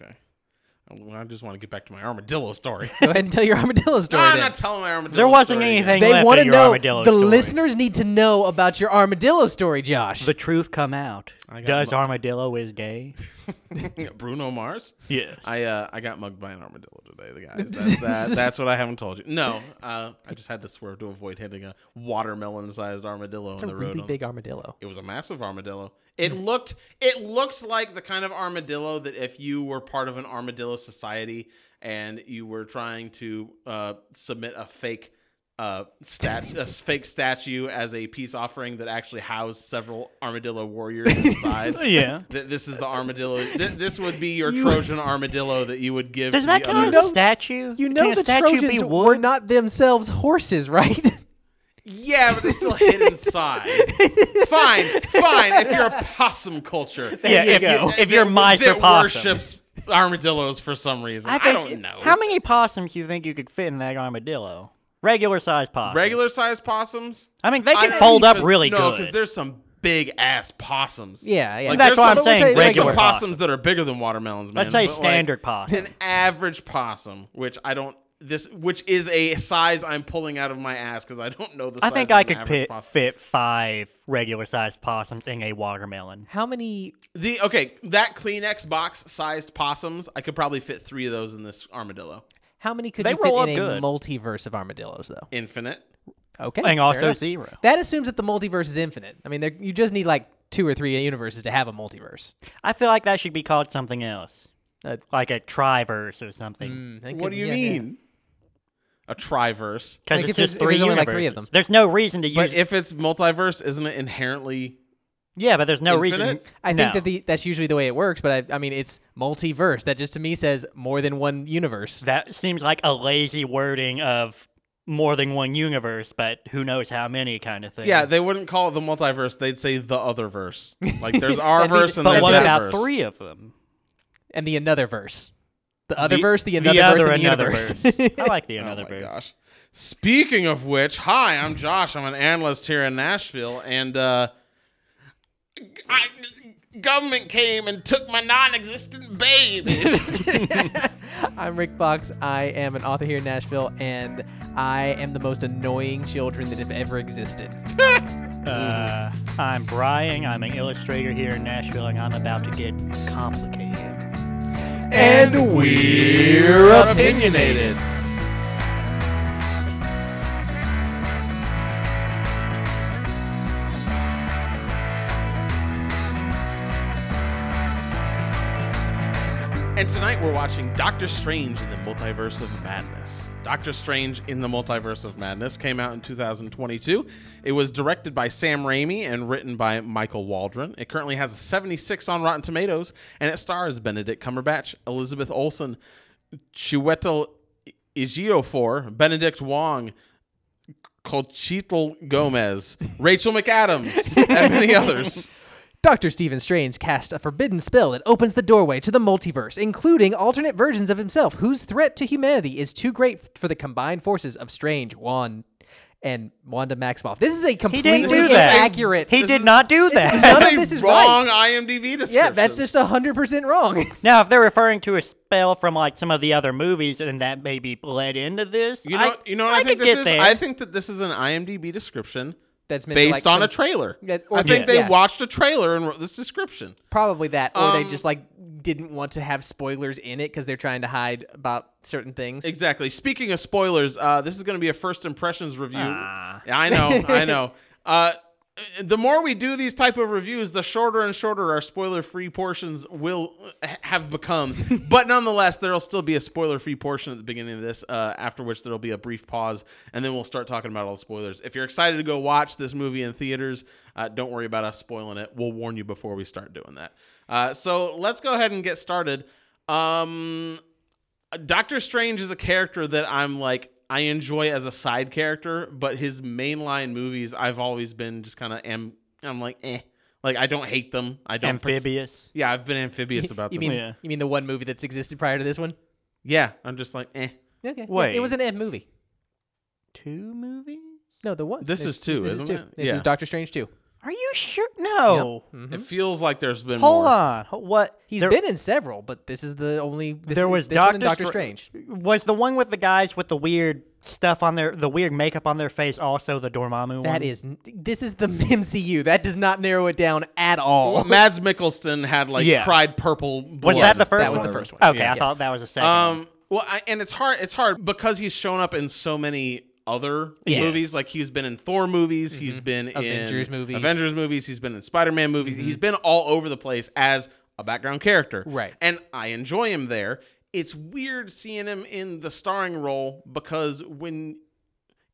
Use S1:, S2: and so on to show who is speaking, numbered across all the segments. S1: Uh, I just want to get back to my armadillo story.
S2: Go ahead and tell your armadillo story.
S1: I'm
S2: then.
S1: not telling my armadillo.
S3: There wasn't
S1: story yet.
S3: anything
S2: they
S3: left
S2: want
S3: of
S2: to
S3: your
S2: know.
S3: armadillo
S2: The
S3: story.
S2: listeners need to know about your armadillo story, Josh.
S3: The truth come out.
S1: I got
S3: Does
S1: mu-
S3: armadillo is gay?
S1: Bruno Mars.
S3: Yes.
S1: I uh, I got mugged by an armadillo today, the guys. That's, that, that's what I haven't told you. No, uh, I just had to swerve to avoid hitting a watermelon-sized armadillo
S2: it's
S1: on
S2: a
S1: the road.
S2: really
S1: on-
S2: big armadillo.
S1: It was a massive armadillo. It looked it looked like the kind of armadillo that if you were part of an armadillo society and you were trying to uh, submit a fake uh, stat a fake statue as a peace offering that actually housed several armadillo warriors inside.
S3: yeah.
S1: Th- This is the armadillo. th- This would be your
S2: You-
S1: Trojan armadillo that you would give.
S3: Does
S1: to
S3: that
S1: the
S3: count as
S1: other-
S3: a statue?
S2: You know
S3: Can a
S2: the
S3: statue
S2: Trojans
S3: be
S2: were
S3: wood?
S2: not themselves horses, right?
S1: Yeah, but it's still hid inside. fine, fine. If you're a possum culture,
S3: yeah,
S2: you
S3: if,
S2: go.
S3: You, if you're
S1: that-
S3: miser
S1: that
S3: possum.
S1: worships armadillos for some reason. I,
S3: think-
S1: don't know.
S3: How many possums you think you could fit in that armadillo? Regular size possum.
S1: regular sized possums?
S3: I mean, they can
S1: I-
S3: fold up
S1: 'cause-
S3: really
S1: no,
S3: good.
S1: because there's some big ass possums.
S2: Yeah, yeah.
S1: Like,
S3: That's
S1: there's some-
S3: what I'm saying,
S1: There's some
S3: regular
S1: possums
S3: possum.
S1: that are bigger than watermelons, man.
S3: Let's say
S1: but, like,
S3: standard possum.
S1: an average possum, which I don't. This, which is a size I'm pulling out of my ass because I don't know the
S3: I
S1: size
S3: think
S1: of
S3: I
S1: an
S3: could
S1: average
S3: fit,
S1: possum.
S3: fit five regular sized possums in a watermelon.
S2: How many?
S1: The okay, that Kleenex box sized possums, I could probably fit three of those in this armadillo.
S2: How many could
S3: They
S2: you fit
S3: roll up
S2: in a
S3: good.
S2: multiverse of armadillos, though?
S1: Infinite.
S2: Okay,
S3: And
S2: fair
S3: also
S2: enough.
S3: zero.
S2: That assumes that the multiverse is infinite. I mean, there- you just need like two or three universes to have a multiverse.
S3: I feel like that should be called something else.
S2: Uh,
S3: Like a triverse or something.
S2: Mm, that
S1: what
S2: could-
S1: do you
S2: yeah, yeah.
S1: mean? A triverse.
S2: Like,
S3: Because it's
S2: if
S3: just
S2: there's- if
S3: three
S2: there's only, like,
S3: universes.
S2: three of them.
S3: There's no reason to use.
S1: But if it's multiverse, isn't it inherently?
S3: yeah, but there's no reason.
S1: Infinite?
S2: I
S3: No.
S2: think that the, that's usually the way it works, but I, I mean, it's multiverse. That just to me says more than one universe.
S3: that seems like a lazy wording of more than one universe, but who knows how many kind of thing.
S1: Yeah, they wouldn't call it the multiverse. They'd say the other verse. Like there's our
S2: That'd be-
S1: verse and
S3: but
S1: there's
S3: what
S1: that
S3: about
S1: verse.
S3: three of them?
S2: And the another verse. The
S3: The-
S2: other verse, the
S3: the
S2: another verse,
S3: other
S2: and the
S3: another
S2: universe.
S3: verse. I like the
S1: Oh
S3: another
S1: my
S3: verse.
S1: gosh. Speaking of which, hi, I'm Josh. I'm an analyst here in Nashville, and uh, I, government came and took my non-existent babies.
S2: I'm Rick Fox. I am an author here in Nashville, and I am the most annoying children that have ever existed.
S3: Uh, I'm Brian. I'm an illustrator here in Nashville, and I'm about to get complicated.
S2: And we're
S1: opinionated. And tonight we're watching Doctor Strange in the Multiverse of Madness. Doctor Strange in the Multiverse of Madness came out in 2022. It was directed by Sam Raimi and written by Michael Waldron. It currently has a 76 on Rotten Tomatoes, and it stars Benedict Cumberbatch, Elizabeth Olsen, Chiwetel Ejiofor, Benedict Wong, Colchitl Gomez, Rachel McAdams, and many others.
S2: Dr. Stephen Strange casts a forbidden spell that opens the doorway to the multiverse, including alternate versions of himself whose threat to humanity is too great for the combined forces of Strange, Wand, and Wanda Maximoff. This is a
S3: He didn't
S2: completely
S3: do that.
S2: inaccurate.
S3: He
S1: This
S3: did
S1: is-
S3: not do
S2: is
S3: that.
S2: None of
S1: a
S2: this is
S1: wrong IMDb description.
S2: yeah, that's just 100% wrong.
S3: now, if they're referring to a spell from like some of the other movies, and that maybe led into this,
S1: You know,
S3: I,
S1: you know what I, think
S3: could
S1: this
S3: get
S1: is.
S3: there.
S1: I think that this is an IMDb description
S2: That's meant to,
S1: based
S2: like,
S1: on
S2: some-
S1: a trailer.
S2: That- or-
S1: I think
S2: Yeah.
S1: they
S2: yeah.
S1: watched a trailer and wrote this description.
S2: Probably that, or they
S1: Um,
S2: just like didn't want to have spoilers in it because they're trying to hide about certain things.
S1: Exactly. Speaking of spoilers, uh, this is going to be a first impressions review.
S3: Ah.
S1: Yeah, I know, I know. Uh, the more we do these type of reviews, the shorter and shorter our spoiler-free portions will uh, have become. but nonetheless, there'll still be a spoiler-free portion at the beginning of this. Uh, after which there'll be a brief pause, and then we'll start talking about all the spoilers. If you're excited to go watch this movie in theaters, uh, don't worry about us spoiling it. We'll warn you before we start doing that. Uh, so let's go ahead and get started. Um, Doctor Strange is a character that I'm like I enjoy as a side character, but his mainline movies I've always been just kind of am I'm like eh, like I don't hate them. I don't. par-
S3: amphibious.
S1: yeah, I've been amphibious about
S2: You
S1: them.
S2: mean
S3: Yeah.
S2: you mean the one movie that's existed prior to this one?
S1: yeah, I'm just like eh.
S2: Okay,
S3: Wait.
S2: it was an Ed movie.
S3: Two movies.
S2: No, the one.
S1: This is two,
S2: This
S1: isn't
S2: is two.
S1: it?
S2: This
S1: Yeah.
S2: is Doctor Strange two. Mm-hmm.
S3: Are you sure? No.
S1: It feels like there's been
S3: Hmm? Hold
S1: more.
S3: on. Ho- What?
S2: He's
S3: Oh, there,
S2: been in several, but this is the only. This,
S3: There was
S2: this one and
S3: Doctor
S2: Doctor
S3: Str-
S2: Strange.
S3: Was the one with the guys with the weird stuff on their the weird makeup on their face also the Dormammu one?
S2: That is. n- This is the MCU. That does not narrow it down at all.
S1: Well, Mads Mikkelsen had like
S3: Yeah.
S1: cried purple. Blood.
S3: Was that the first?
S2: that was
S3: one?
S2: the first one.
S3: Okay,
S1: Yeah.
S3: I thought that was the second. one.
S1: Um. Well, I, and it's hard. It's hard because he's shown up in so many other
S3: Yes.
S1: movies. Like he's been in Thor movies. He's been
S2: Avengers
S1: in
S2: movies.
S1: Avengers movies. He's been in Spider Man movies. He's been all over the place as a background character.
S2: Right.
S1: And I enjoy him there. It's weird seeing him in the starring role because when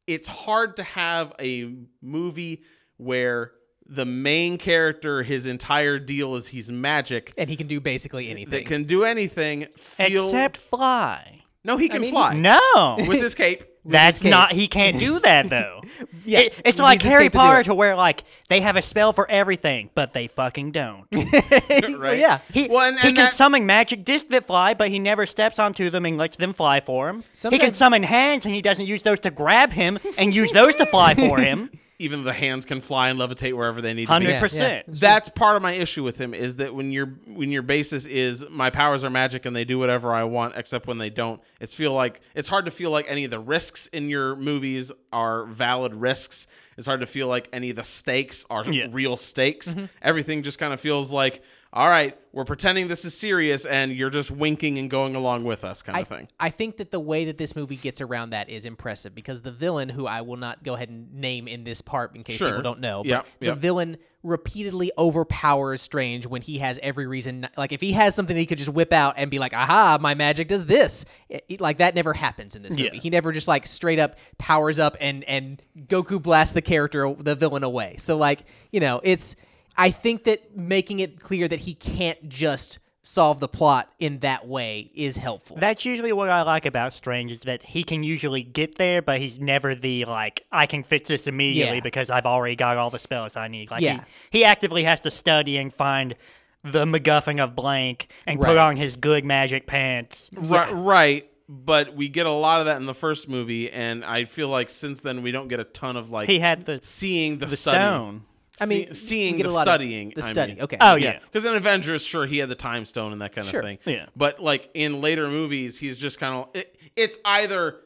S1: it's hard to have a movie where the main character his entire deal is he's magic
S2: and he can do basically
S1: that
S2: anything.
S1: can do anything feel
S3: Except fly.
S1: no he can
S2: mean,
S1: fly
S3: No.
S1: with his cape.
S3: That's
S2: escape.
S3: not. He can't do that though.
S2: Yeah,
S3: It- it's
S2: he
S3: like
S2: needs to
S3: Harry
S2: escape to do
S3: Potter
S2: it.
S3: to where like they have a spell for everything, but they fucking don't.
S2: Well,
S1: right?
S2: yeah.
S3: He,
S1: Well, and-
S3: he
S1: and
S3: can
S1: that-
S3: summon magic discs that fly, but he never steps onto them and lets them fly for him. He can
S2: Sometimes-
S3: summon hands, and he doesn't use those to grab him and use those to fly for him.
S1: Even the hands can fly and levitate wherever they need to
S3: Hundred
S1: be.
S2: Yeah,
S3: percent.
S1: That's part of my issue with him is that when your when your basis is my powers are magic and they do whatever I want except when they don't. It's feel like it's hard to feel like any of the risks in your movies are valid risks. It's hard to feel like any of the stakes are
S3: Yeah. Mm-hmm.
S1: real stakes. Everything just kind of feels like all right, we're pretending this is serious and you're just winking and going along with us kind
S2: I,
S1: of thing.
S2: I think that the way that this movie gets around that is impressive because the villain, who I will not go ahead and name in this part in case
S1: Sure.
S2: people don't know, but
S1: Yep,
S2: the
S1: yep.
S2: villain repeatedly overpowers Strange when he has every reason. Not, like if he has something he could just whip out and be like, "Aha, my magic does this," It- it- like that never happens in this movie. He never just like straight up powers up and and Goku blasts the character, the villain away. So like you know, it's I think that making it clear that he can't just solve the plot in that way is helpful.
S3: That's usually what I like about Strange is that he can usually get there, but he's never the like I can fix this immediately
S2: Yeah.
S3: because I've already got all the spells I need. Like
S2: Yeah.
S3: he, he actively has to study and find the MacGuffin of blank and put
S2: Right.
S3: on his good magic pants.
S1: Right, right. But we get a lot of that in the first movie, and I feel like since then we don't get a ton of like
S3: He had the,
S1: seeing the,
S3: the
S1: study.
S3: stone.
S2: I
S1: See-
S2: mean,
S1: seeing
S2: we get
S1: the
S2: a lot of-
S1: studying.
S2: the
S1: I
S2: study.
S1: mean.
S2: Okay.
S3: Oh yeah.
S1: Yeah, because in Avengers, sure, he had the time stone and that kind
S2: Sure.
S1: of thing.
S3: Yeah.
S1: but like in later movies, he's just kind of it, it's either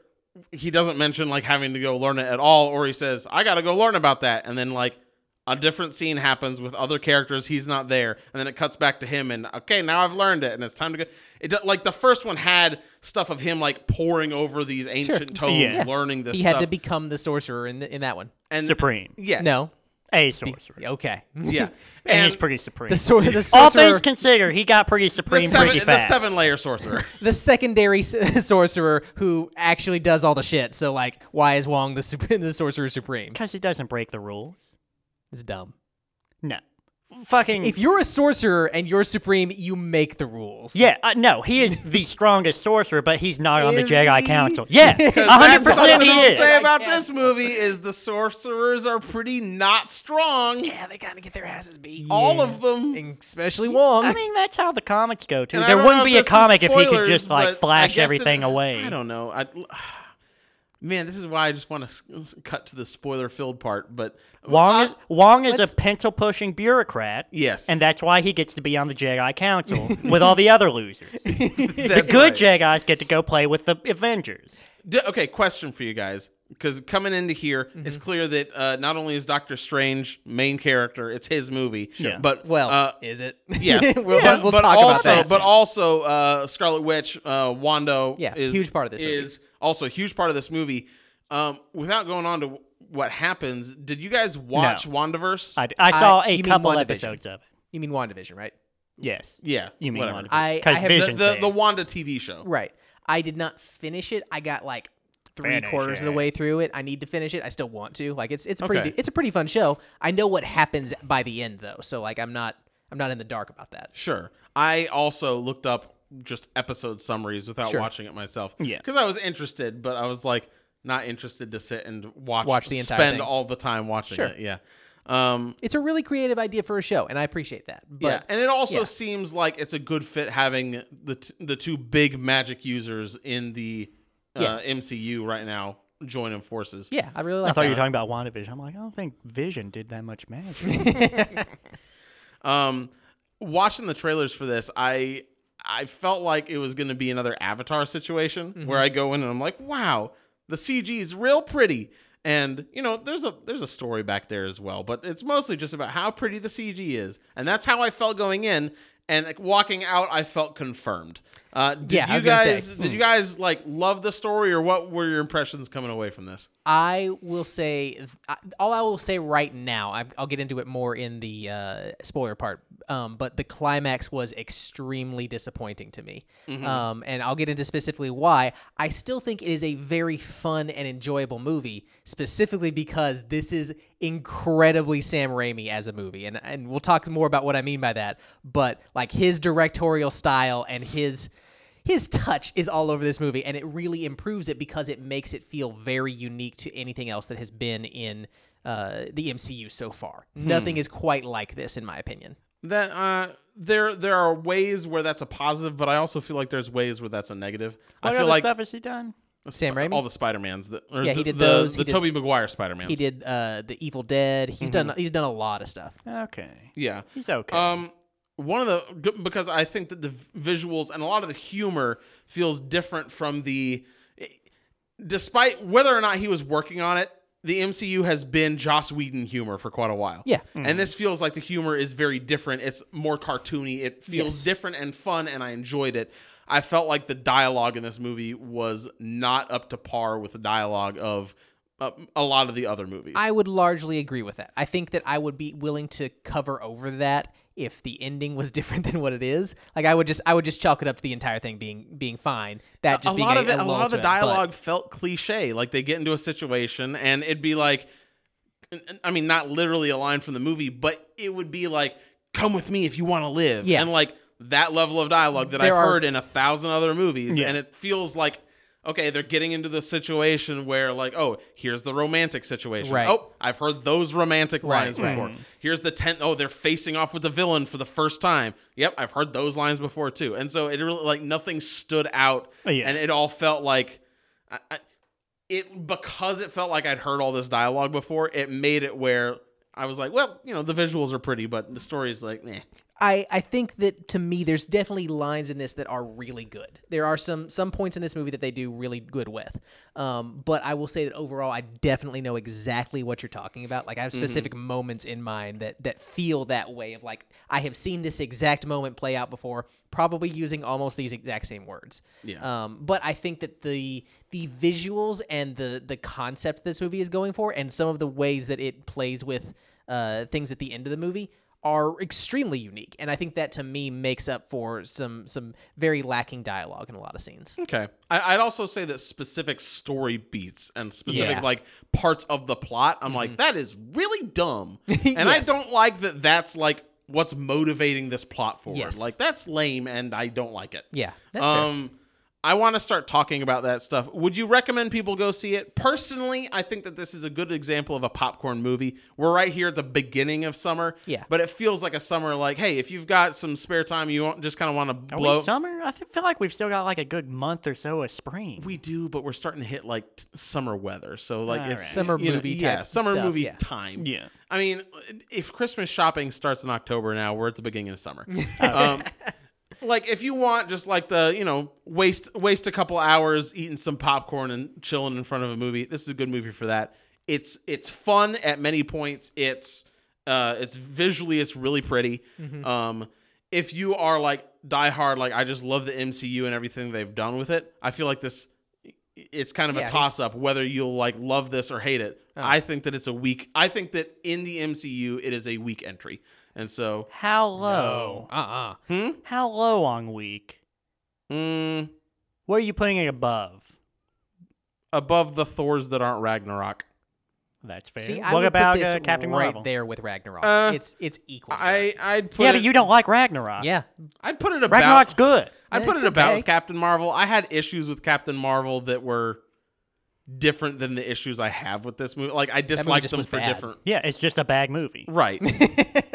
S1: he doesn't mention like having to go learn it at all, or he says I got to go learn about that, and then like a different scene happens with other characters, he's not there, and then it cuts back to him, and okay, now I've learned it, and it's time to go. It do- like the first one had stuff of him like poring over these ancient tomes,
S3: Yeah.
S1: learning this.
S2: he
S1: stuff.
S2: had to become the sorcerer in th- in that one.
S1: and
S3: Supreme.
S1: yeah,
S2: No,
S3: A sorcerer.
S2: okay.
S1: yeah,
S3: And, he's pretty supreme.
S2: The sor- the
S3: All
S2: sorcerer,
S3: things considered, he got pretty
S1: the
S3: supreme
S1: seven,
S3: pretty
S1: the
S3: fast.
S1: seven layer sorcerer.
S2: the secondary s- sorcerer who actually does all the shit. So like, why is Wong the sup- the sorcerer supreme?
S3: Because he doesn't break the rules.
S2: It's dumb.
S3: No. Fucking
S2: If you're a sorcerer and you're supreme, you make the rules.
S3: Yeah, uh, no, he is the strongest sorcerer, but he's not on the
S2: Is
S3: Jedi
S2: he?
S3: Council. Yeah,
S1: 'Cause
S3: hundred
S1: that's something
S3: percent he
S1: I'll
S3: is.
S1: say about this movie is the sorcerers are pretty not strong.
S2: yeah, they gotta get their asses beat.
S1: All of them.
S2: Hmm. especially Wong.
S3: I mean, that's how the comics go too.
S1: And I
S3: there
S1: don't know
S3: wouldn't be a
S1: this is
S3: comic if he could
S1: spoilers,
S3: just like
S1: but I
S3: flash
S1: guess it-
S3: everything away.
S1: I don't know. I, man, this is why I just want to cut to the spoiler-filled part. But
S3: Wong is Wong is
S2: let's-
S3: a pencil pushing bureaucrat.
S1: Yes.
S3: and that's why he gets to be on the Jedi Council with all the other losers. The
S1: That's
S3: good
S1: right.
S3: Jedi's get to go play with the Avengers.
S1: D- okay, question for you guys. Because coming into here, it's
S2: Mm-hmm.
S1: clear that uh, not only is Doctor Strange main character, it's his movie,
S3: Sure.
S1: but
S2: well,
S1: uh,
S2: is it?
S1: Yes.
S2: we'll,
S1: but,
S2: we'll
S1: but
S2: talk
S1: also,
S2: about that.
S1: But also, uh, Scarlet Witch, uh, Wando,
S2: Yeah,
S1: is
S2: huge part of this movie.
S1: is also a huge part of this movie. Um, without going on to what happens, did you guys watch Wandaverse?
S3: I, I saw
S2: I-
S3: a
S2: you mean
S3: couple
S2: WandaVision.
S3: episodes of it.
S2: you mean WandaVision, right?
S3: Yes,
S1: yeah,
S3: you mean
S1: whatever.
S3: WandaVision.
S2: I- I
S3: 'Cause
S2: have
S1: The,
S3: Vision's
S1: the
S3: there.
S1: the Wanda TV show.
S2: Right. I did not finish it. I got like three
S3: Finish
S2: quarters of the
S3: it.
S2: way through it. I need to finish it. I still want to. Like it's it's a pretty
S1: Okay.
S2: it's a pretty fun show. I know what happens by the end though, so like I'm not I'm not in the dark about that.
S1: Sure. I also looked up just episode summaries without
S2: Sure.
S1: watching it myself.
S3: Yeah.
S1: Because I was interested, but I was like not interested to sit and watch
S2: Watch the entire
S1: spend
S2: thing.
S1: all the time watching
S2: Sure.
S1: it. Yeah. Um,
S2: It's a really creative idea for a show, and I appreciate that. But
S1: yeah, and it also
S2: yeah.
S1: seems like it's a good fit having the t- the two big magic users in the uh,
S2: Yeah.
S1: MCU right now joining forces.
S2: Yeah, I really
S3: I
S2: like
S3: thought
S2: that.
S3: you were talking about WandaVision. I'm like, I don't think Vision did that much magic.
S1: Um, watching the trailers for this, I I felt like it was going to be another Avatar situation where I go in and I'm like, wow, the CG is real pretty, and you know, there's a there's a story back there as well, but it's mostly just about how pretty the CG is, and that's how I felt going in. And like, walking out, I felt confirmed. Uh, did
S2: Yeah, I
S1: you
S2: was gonna say,
S1: guys did you guys like love the story, or what were your impressions coming away from this?
S2: I will say I- all I will say right now. I, I'll get into it more in the uh, spoiler part. Um, but the climax was extremely disappointing to me, um, and I'll get into specifically why. I still think it is a very fun and enjoyable movie, specifically because this is incredibly Sam Raimi as a movie, and and we'll talk more about what I mean by that. But like his directorial style and his his touch is all over this movie and it really improves it because it makes it feel very unique to anything else that has been in uh, the MCU so far.
S1: Hmm.
S2: Nothing is quite like this, in my opinion.
S1: that uh there there are ways where that's a positive but i also feel like there's ways where that's a negative
S3: what
S1: i
S3: other
S1: feel like
S3: stuff has he done?
S2: Sam Raimi?
S1: all the spider-mans the, or
S2: Yeah, he
S1: the-
S2: did
S1: the,
S2: those,
S1: the,
S2: he did-
S1: toby maguire spider-man
S2: He did uh, the Evil Dead. He's
S1: Mm-hmm.
S2: done. He's done a lot of stuff.
S3: Okay,
S1: yeah
S3: he's okay.
S2: Uh,
S1: um one of the g- because i think that the v- visuals and a lot of the humor feels different from the eh, despite whether or not he was working on it the MCU has been Joss Whedon humor for quite a while.
S2: Yeah.
S1: And this feels like the humor is very different. It's more cartoony. It feels
S2: Yes.
S1: different and fun, and I enjoyed it. I felt like the dialogue in this movie was not up to par with the dialogue of uh, a lot of the other movies.
S2: I would largely agree with that. I think that I would be willing to cover over that if the ending was different than what it is. Like I would just, I would just chalk it up to the entire thing being being fine. That just
S1: a
S2: being
S1: lot of it, a
S2: lull
S1: lot of the
S2: to it, but-
S1: dialogue felt cliche. Like they get into a situation and it'd be like, n- n- I mean, not literally a line from the movie, but it would be like, "Come with me if you want to live."
S2: Yeah.
S1: and like that level of dialogue that
S2: There
S1: I've
S2: are-
S1: heard in a thousand other movies,
S3: Yeah.
S1: and it feels like. Okay, they're getting into the situation where, like, oh, here's the romantic situation.
S2: Right.
S1: Oh, I've heard those romantic
S2: Right,
S1: lines
S2: right.
S1: before. Here's the ten oh, they're facing off with the villain for the first time. Yep, I've heard those lines before too. And so it really like nothing stood out,
S3: Oh, yeah.
S1: and it all felt like I, I, it because it felt like I'd heard all this dialogue before. It made it where I was like, well, you know, the visuals are pretty, but the story's like, meh.
S2: I, I think that to me there's definitely lines in this that are really good. There are some some points in this movie that they do really good with. Um, but I will say that overall I definitely know exactly what you're talking about. Like I have specific moments in mind that that feel that way of like I have seen this exact moment play out before, probably using almost these exact same words.
S1: Yeah.
S2: Um, but I think that the the visuals and the the concept this movie is going for and some of the ways that it plays with uh, things at the end of the movie are extremely unique and i think that to me makes up for some some very lacking dialogue in a lot of scenes
S1: Okay. I, I'd also say that specific story beats and specific
S2: Yeah. Mm-hmm.
S1: like parts of the plot, I'm like, that is really dumb. and I
S2: Yes.
S1: don't like that that's like what's motivating this plot forward.
S2: Yes.
S1: Like that's lame and I don't like it.
S2: yeah that's fair.
S1: um I want to start talking about that stuff. Would you recommend people go see it? Personally, I think that this is a good example of a popcorn movie. We're right here at the beginning of summer.
S2: Yeah.
S1: But it feels like a summer like, hey, if you've got some spare time, you want, just kind of want to
S3: Are
S1: blow
S3: we summer? I th- feel like we've still got like a good month or so of spring.
S1: We do, but we're starting to hit like t- summer weather. So like it's
S3: Alright.
S2: Summer
S1: you know,
S2: movie
S1: yeah,
S2: type
S1: summer
S2: stuff,
S1: movie
S2: yeah.
S1: time.
S3: Yeah.
S1: I mean, if Christmas shopping starts in October now, we're at the beginning of summer. um, like if you want just like the you know waste waste a couple hours eating some popcorn and chilling in front of a movie, this is a good movie for that. It's it's fun at many points. It's uh, it's visually it's really pretty.
S3: Mm-hmm.
S2: Mm-hmm.
S1: Um, if you are like diehard, like I just love the MCU and everything they've done with it, I feel like this it's kind of
S2: Yeah,
S1: a
S2: he's- Oh.
S1: toss up whether you'll like love this or hate it. I think that it's a weak. I think that in the MCU it is a weak entry, and so
S3: How low?
S2: uh-uh
S1: hmm.
S3: How low on week?
S1: Mm,
S3: Where are you putting it above?
S1: above the Thors that aren't Ragnarok.
S3: That's fair.
S2: see i
S3: what
S2: would
S3: about
S2: put this
S3: uh, Captain
S2: right
S3: Marvel?
S2: there with ragnarok
S1: Uh,
S2: it's it's equal to
S1: I I'd put
S3: yeah,
S1: it,
S3: but you don't like Ragnarok.
S2: that. yeah
S1: I'd put it about.
S3: Ragnarok's good.
S1: I'd put
S2: It's
S1: it about
S2: okay.
S1: with Captain Marvel. I had issues with Captain Marvel that were different than the issues I have with this movie. Like I disliked
S2: just
S1: them
S2: was
S1: for
S2: bad.
S1: different.
S3: Yeah, it's just a bad movie.
S1: Right.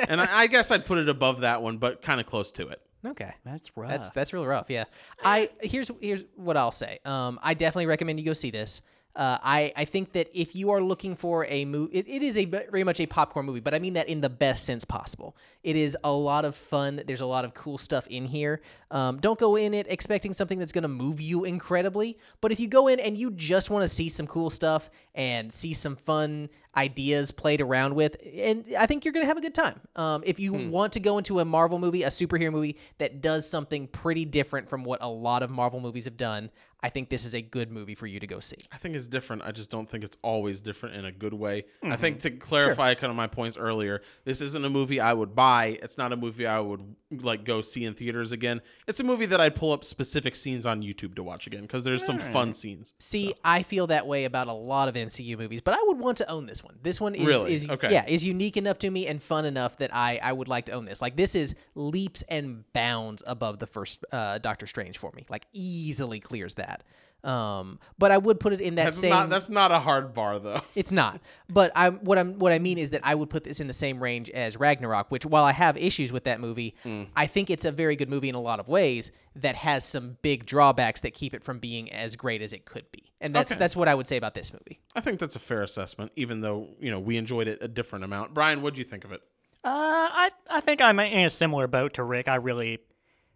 S1: and I, I guess I'd put it above that one, but kind of close to it.
S2: okay
S3: That's rough.
S2: That's that's really rough. Yeah. I here's here's what I'll say. Um, I definitely recommend you go see this. Uh, I I think that if you are looking for a movie, it, it is a ve- very much a popcorn movie, but I mean that in the best sense possible. It is a lot of fun. There's a lot of cool stuff in here. Um, don't go in it expecting something that's going to move you incredibly, but if you go in and you just want to see some cool stuff and see some fun ideas played around with, and I think you're going to have a good time. Um, if you want to go into a Marvel movie, a superhero movie that does something pretty different from what a lot of Marvel movies have done, I think this is a good movie for you to go see.
S1: I think it's different. I just don't think it's always different in a good way. I
S2: Mm-hmm.
S1: think to clarify kind of my points earlier, this isn't a movie I would buy. It's not a movie I would like go see in theaters again. It's a movie that I'd pull up specific scenes on YouTube to watch again because there's some fun scenes.
S2: See, I feel that way about a lot of MCU movies, but I would want to own this one. This one is,
S1: Really?
S2: is
S1: Okay.
S2: yeah, is unique enough to me and fun enough that I, I would like to own this. Like this is leaps and bounds above the first uh, Doctor Strange for me. Like easily clears that. Um, but I would put it in that
S1: That's
S2: same.
S1: not that's not a hard bar though.
S2: It's not. But I am what I'm what I mean is that I would put this in the same range as Ragnarok, which while I have issues with that movie,
S1: Mm.
S2: I think it's a very good movie in a lot of ways that has some big drawbacks that keep it from being as great as it could be. And that's
S1: Okay.
S2: that's what I would say about this movie.
S1: I think that's a fair assessment, even though you know we enjoyed it a different amount. Brian, what'd you think of it?
S3: Uh, I I think I'm in a similar boat to Rick. I really,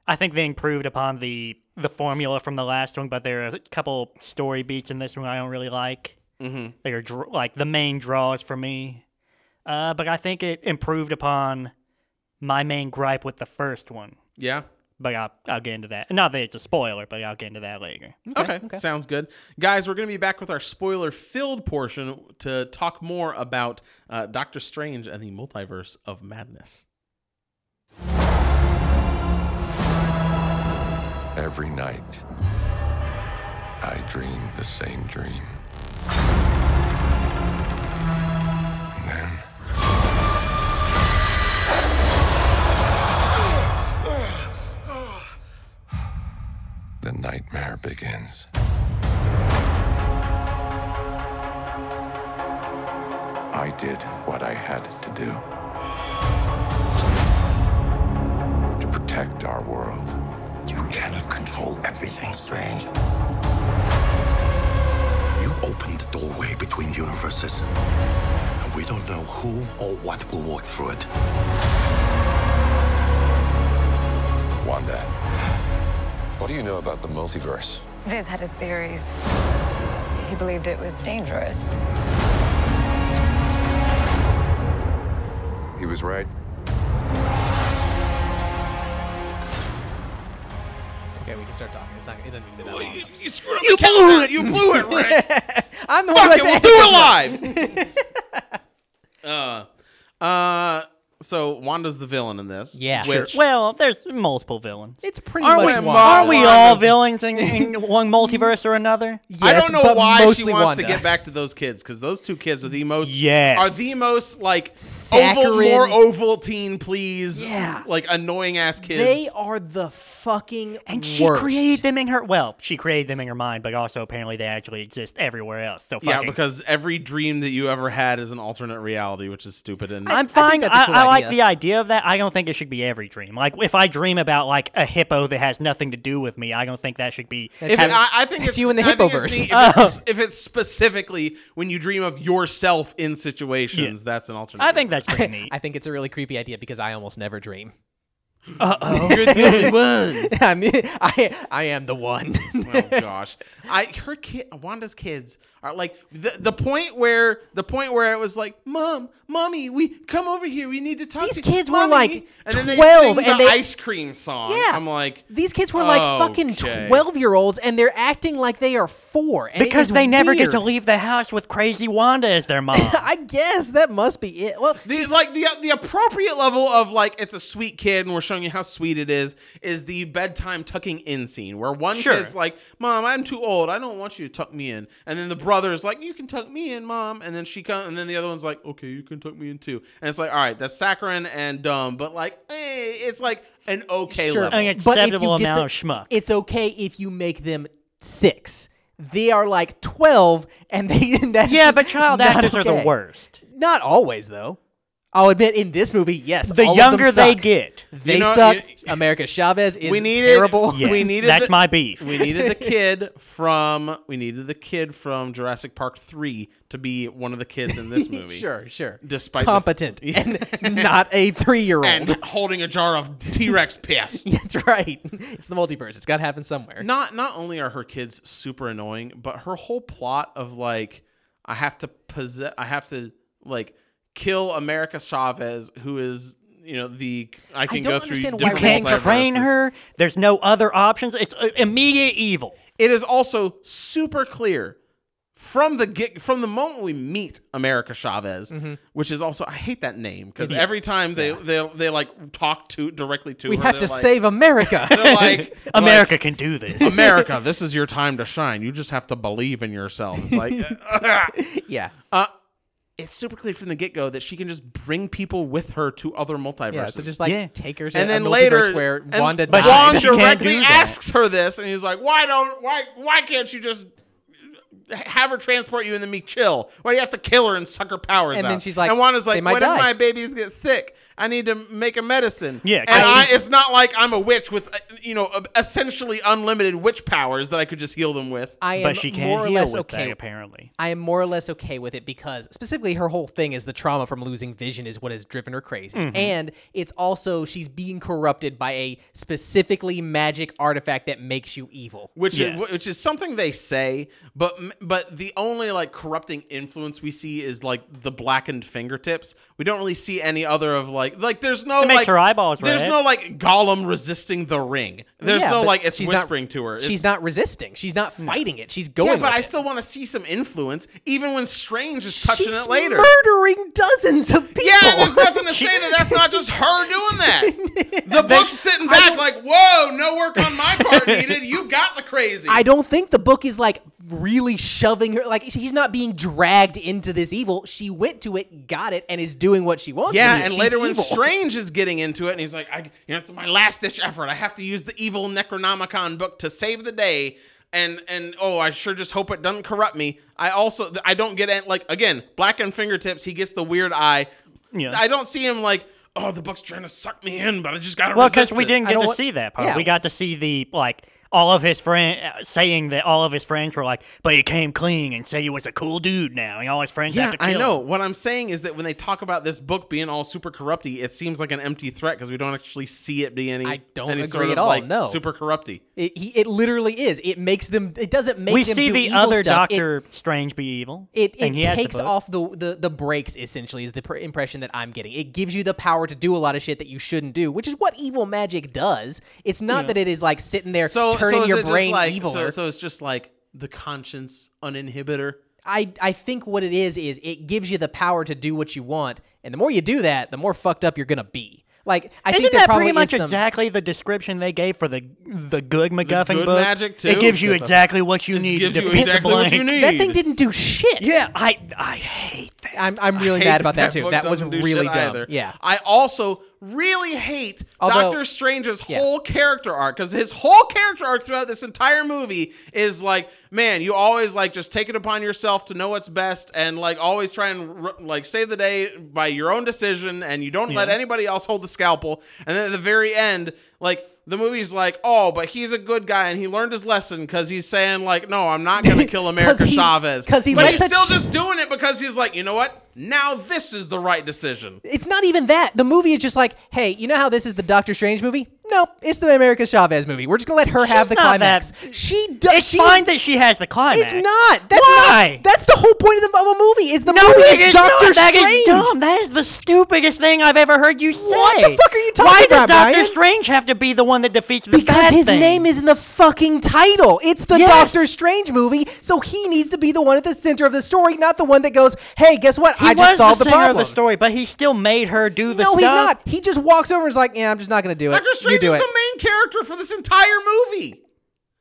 S3: I think they improved upon the the formula from the last one, but there are a couple story beats in this one I don't really like.
S1: Mm-hmm.
S3: They are dr- like the main draws for me. Uh, but I think it improved upon my main gripe with the first one.
S1: Yeah.
S3: But I'll, I'll get into that. Not that it's a spoiler, but I'll get into that later.
S1: Okay, sounds good. Guys, we're going to be back with our spoiler filled portion to talk more about uh, Doctor Strange and the multiverse of madness.
S4: Every night, I dream the same dream. And then. The nightmare begins. I did what I had to do to protect our world.
S5: You cannot control everything, Strange. You opened the doorway between universes, and we don't know who or what will walk through it.
S4: Wanda, what do you know about the multiverse?
S6: Viz had his theories. He believed it was dangerous.
S4: He was right.
S2: Okay, we can start talking. It's not it doesn't need
S1: Oh, You, screwed up you the blew it. You blew it, Rick.
S2: I'm the
S1: Fuck
S2: one
S1: it, we'll do it live. uh, uh, so Wanda's the villain in this.
S2: Yeah. Sure.
S1: Which
S3: Well, there's multiple villains.
S2: It's pretty
S1: Aren't we
S2: much
S1: a
S2: Wanda.
S1: mob?
S3: Are we all villains in, in one multiverse or another?
S1: I
S2: Yes,
S1: don't know
S2: but
S1: why she
S2: mostly
S1: wants
S2: Wanda.
S1: to get back to those kids because those two kids are the most
S3: Yes.
S1: are the most like oval,
S2: Saccharine.
S1: more Ovaltine, please.
S2: Yeah.
S1: like annoying ass kids.
S2: They are the fucking
S3: And she
S2: worst.
S3: created them in her well, she created them in her mind, but also apparently they actually exist everywhere else. So
S1: Yeah,
S3: fucking-
S1: because every dream that you ever had is an alternate reality, which is stupid. And
S3: I'm
S2: think
S3: fine. I,
S2: that's a
S3: I,
S2: cool
S3: like
S2: idea.
S3: the idea of that. I don't think it should be every dream. Like if I dream about like a hippo that has nothing to do with me, I don't think that should be.
S1: if it, I, I think
S2: That's
S1: it's
S2: you in the
S1: I think it's
S2: hippoverse.
S1: neat If, it's, if it's specifically when you dream of yourself in situations, that's an alternate.
S3: I think
S1: universe.
S3: that's pretty neat.
S2: I think it's a really creepy idea because I almost never dream.
S3: uh oh.
S1: you're the only one.
S2: I mean, I I am the one.
S1: oh gosh, I her kid Wanda's kids are like the the point where the point where it was like, mom, mommy, we come over here, we need to talk.
S2: These
S1: to
S2: kids were,
S1: mommy."
S2: like,
S1: and then
S2: 12
S1: they sing
S2: and
S1: the
S2: they-
S1: ice cream song.
S2: Yeah.
S1: I'm like,
S2: These kids were like fucking
S1: Okay.
S2: 12 year olds and they're acting like they are four. and it
S3: Because
S2: is
S3: they never get
S2: weird.
S3: to leave the house with Crazy Wanda as their mom.
S2: I guess that must be it. Well,
S1: The, like the the appropriate level of like it's a sweet kid and we're showing you how sweet it is is the bedtime tucking in scene where one
S3: Sure.
S1: kid's like, "Mom, I'm too old. I don't want you to tuck me in," and then the brother is like, "You can tuck me in, mom," and then she comes, and then the other one's like, "Okay, you can tuck me in too," and it's like, "All right, that's saccharine and dumb, but like, eh, it's like an okay
S2: sure,
S1: level."
S3: I mean,
S2: but if you
S3: acceptable
S2: get
S3: amount
S2: the-
S3: of schmuck.
S2: It's okay if you make them six. They are like 12 and they. That's
S3: yeah,
S2: just
S3: but child
S2: not
S3: actors are
S2: okay.
S3: the worst.
S2: Not always, though. I'll admit, in this movie, yes,
S3: The
S2: all of them
S3: younger they
S2: suck.
S3: get,
S2: they
S1: You know,
S2: suck.
S1: you-
S2: America Chavez is
S1: we needed
S2: terrible.
S3: Yes,
S1: we needed
S3: that's
S1: the-
S3: my beef.
S1: we needed the kid from we needed the kid from Jurassic Park three to be one of the kids in this movie.
S2: sure, sure.
S1: Despite the-
S2: competent and not a three-year-old.
S1: and holding a jar of T Rex piss.
S2: That's right. It's the multiverse. It's got to happen somewhere.
S1: Not not only are her kids super annoying, but her whole plot of like I have to possess, I have to like kill America Chavez, who is you know the I can
S2: don't
S1: go through.
S2: understand why
S1: different
S3: You
S2: we
S3: can't
S2: multiverses.
S3: train
S1: multiverses.
S3: her. There's no other options. It's uh, immediate evil.
S1: It is also super clear from the get, from the moment we meet America Chavez,
S2: Mm-hmm.
S1: which is also I hate that name because every time they, they they like talk to directly to
S2: We
S1: her,
S2: have to
S1: they're like-
S2: save America.
S1: they're like
S3: America can do this.
S1: like, America, this is your time to shine. You just have to believe in yourself. It's like
S2: yeah.
S1: uh, it's super clear from the get go that she can just bring people with her to other multiverses.
S2: Yeah, so just like
S3: Yeah.
S2: take her to
S1: and then
S2: a multiverse
S1: later
S2: where
S1: and
S2: Wanda
S3: But
S1: Wong
S2: died.
S3: she- Wanda- can't
S1: directly
S3: do that.
S1: asks her this, and he's like, "Why don't why why can't you just have her transport you and then me chill? Why do you have to kill her and suck her powers
S2: And
S1: out?"
S2: then she's like,
S1: "And Wanda's
S2: "They
S1: like,
S2: might
S1: what
S2: die."
S1: if my babies get sick? I need to make a medicine."
S3: Yeah,
S1: and
S3: 'cause
S1: I,
S3: she's-
S1: it's not like I'm a witch with uh, you know uh, essentially unlimited witch powers that I could just heal them with.
S2: I am
S3: But she
S2: more
S3: can't
S2: or
S3: heal
S2: less
S3: with
S2: okay.
S3: that, apparently.
S2: I am more or less okay with it because specifically her whole thing is the trauma from losing vision is what has driven her crazy.
S1: Mm-hmm.
S2: And it's also she's being corrupted by a specifically magic artifact that makes you evil.
S1: which
S3: Yes.
S1: is which is something they say, but but the only like corrupting influence we see is like the blackened fingertips. We don't really see any other of like like there's no
S3: It makes
S1: like
S3: her eyeballs
S1: There's
S3: red.
S1: no like Gollum resisting the ring. There's
S2: Yeah,
S1: no
S2: but
S1: like it's
S2: she's not-
S1: whispering to her. It's-
S2: She's not resisting. She's not fighting it. She's going.
S1: yeah, but
S2: with
S1: I
S2: it.
S1: still want to see some influence, even when Strange is touching
S2: She's
S1: it later.
S2: murdering dozens of people.
S1: yeah, there's nothing to say that that's not just her doing that. The book's sitting back like, whoa, no work on my part needed. You got the crazy.
S2: I don't think the book is like really shoving her. Like he's not being dragged into this evil. She went to it, got it, and is doing what she wants.
S1: Yeah,
S2: to do.
S1: and
S2: She's
S1: later when
S2: evil.
S1: Strange is getting into it, and he's like, "I, you know, it's my last ditch effort. I have to use the evil Necronomicon book to save the day." And and oh, I sure just hope it doesn't corrupt me. I also th- I don't get it. Like again, black and fingertips. He gets the weird eye.
S3: Yeah.
S1: I don't see him like, oh, the book's trying to suck me in, but I just gotta.
S3: Well,
S1: because
S3: because we didn't
S2: I
S3: get
S2: don't
S3: to
S2: want-
S3: see that part.
S2: Yeah.
S3: We got to see the like all of his friend uh, saying that all of his friends were like, "But he came clean and said he was a cool dude now." And all his friends
S1: Yeah,
S3: have to kill
S1: I know.
S3: him.
S1: What I'm saying is that when they talk about this book being all super corrupty, it seems like an empty threat because we don't actually see it be any.
S2: I don't
S1: any sort
S2: agree at
S1: of,
S2: all,
S1: Like,
S2: no.
S1: super corrupty.
S2: It, he, it literally is. It makes them. It doesn't make
S3: We
S2: them
S3: see
S2: do
S3: the
S2: evil
S3: other
S2: stuff. It-
S3: Doctor Strange be evil.
S2: It, it
S3: and he has the
S2: takes
S3: book.
S2: off the, the the breaks essentially is the pr- impression that I'm getting. It gives you the power to do a lot of shit that you shouldn't do, which is what evil magic does. It's not that it is like sitting there
S1: so
S2: turning
S1: so is
S2: your
S1: it just
S2: brain
S1: like,
S2: evil.
S1: So, so it's just like the conscience uninhibitor.
S2: I I think what it is is it gives you the power to do what you want, and the more you do that, the more fucked up you're gonna be. Like I
S3: Isn't
S2: think there
S3: that
S2: probably
S3: pretty much
S2: is some,
S3: exactly the description they gave for the the good MacGuffin
S1: good
S3: book?
S1: magic, too?
S3: It gives you
S1: Good book.
S3: exactly what you
S1: It
S3: need.
S1: gives
S3: to
S1: you
S3: defeat the
S1: exactly what you
S3: blank.
S1: need.
S2: that thing didn't do shit.
S3: Yeah, I I hate that.
S2: I'm I'm really mad about that, too.
S1: book
S2: That was
S1: doesn't do
S2: really
S1: shit
S2: dumb.
S1: either.
S2: Yeah.
S1: I also really hate
S2: Although-
S1: Doctor Strange's
S2: yeah.
S1: whole character arc because his whole character arc throughout this entire movie is like, man, you always like just take it upon yourself to know what's best and like always try and r- like save the day by your own decision and you don't let anybody else hold the scalpel. And then at the very end, like. The movie's like, oh, but he's a good guy and he learned his lesson because he's saying like, no, I'm not gonna kill
S2: 'Cause
S1: America
S2: he-
S1: Chavez.
S2: 'cause he
S1: but
S2: let
S1: he's
S2: the
S1: still
S2: ch-
S1: just doing it because he's like, you know what? Now this is the right decision.
S2: It's not even that. The movie is just like, hey, you know how this is the Doctor Strange movie? Nope, it's the America Chavez movie. We're just gonna let her have the
S3: not
S2: climax.
S3: that-
S2: She does.
S3: It's
S2: she,
S3: fine that she has the climax.
S2: It's not. That's
S3: Why?
S2: not. That's the whole point of the, of a movie. Is the
S3: No,
S2: movie
S3: it
S2: is
S3: is
S2: Doctor
S3: not. That
S2: Strange?
S3: is dumb. That is the stupidest thing I've ever heard you say.
S2: What the fuck are you talking
S3: Why
S2: about,
S3: does Doctor
S2: Brian?
S3: Strange have to be the one that defeats the
S2: Because
S3: bad
S2: his
S3: thing?
S2: name is in the fucking title. It's the
S3: Yes.
S2: Doctor Strange movie, so he needs to be the one at the center of the story, not the one that goes, "Hey, guess what?
S3: He
S2: I just
S3: was
S2: solved
S3: the,
S2: the,
S3: center
S2: problem."
S3: of the story, but he still made her do the
S2: no,
S3: stuff.
S2: he's not. He just walks over and is like, "Yeah, I'm just not going to do it.
S1: Doctor
S2: you
S1: Strange
S2: do
S1: is
S2: it."
S1: the main character for this entire movie.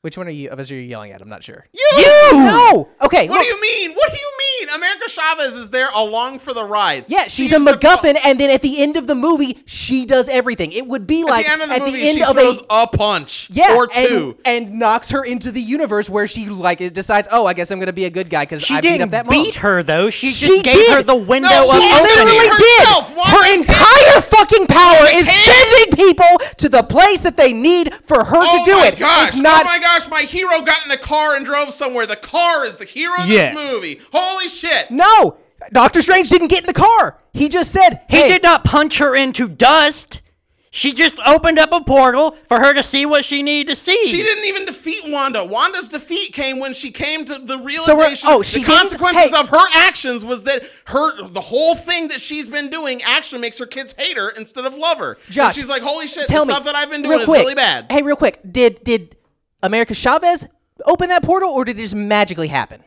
S2: Which one are you of us are you yelling at? I'm not sure.
S1: You!
S2: No. Okay.
S1: What
S2: look,
S1: do you mean? What do you mean? America Chavez is there along for the ride.
S2: Yeah, she's, a
S1: the
S2: MacGuffin, and then at the end of the movie, she does everything. It would be
S1: pu-
S2: like
S1: at the end of the
S2: at
S1: movie,
S2: the end
S1: she
S2: of
S1: throws
S2: a
S1: a punch
S2: yeah,
S1: or two.
S2: and, and knocks her into the universe where she like it decides, oh, I guess I'm gonna be a good guy because
S3: She
S2: I beat up
S3: didn't
S2: that mom.
S3: beat her though. She just
S2: She
S3: gave
S2: did.
S3: her the window
S1: No,
S3: of
S1: she
S2: She
S3: opening.
S2: literally
S1: herself,
S2: did.
S1: Wanda
S2: Her
S1: Kane.
S2: entire fucking power is
S1: Kane.
S2: sending people to the place that they need for her
S1: oh
S2: to do
S1: my
S2: it.
S1: gosh!
S2: It's not.
S1: oh my gosh! My hero got in the car and drove somewhere. The car is the hero of
S3: Yes.
S1: this movie. Holy shit!
S2: No, Doctor Strange didn't get in the car. He just said,
S3: He
S2: "Hey,
S3: did not punch her into dust. She just opened up a portal for her to see what she needed to see.
S1: She didn't even defeat Wanda. Wanda's defeat came when she came to the
S2: we're-
S1: realization.
S2: oh, she
S1: the
S2: didn't-
S1: consequences
S2: hey.
S1: of her actions was that her the whole thing that she's been doing actually makes her kids hate her instead of love her. And
S2: Josh,
S1: she's like, "Holy shit!
S2: tell
S1: the
S2: me,
S1: stuff that I've been
S2: real
S1: doing is
S2: quick,
S1: really bad."
S2: Hey, real quick, did did America Chavez open that portal, or did it just magically happen?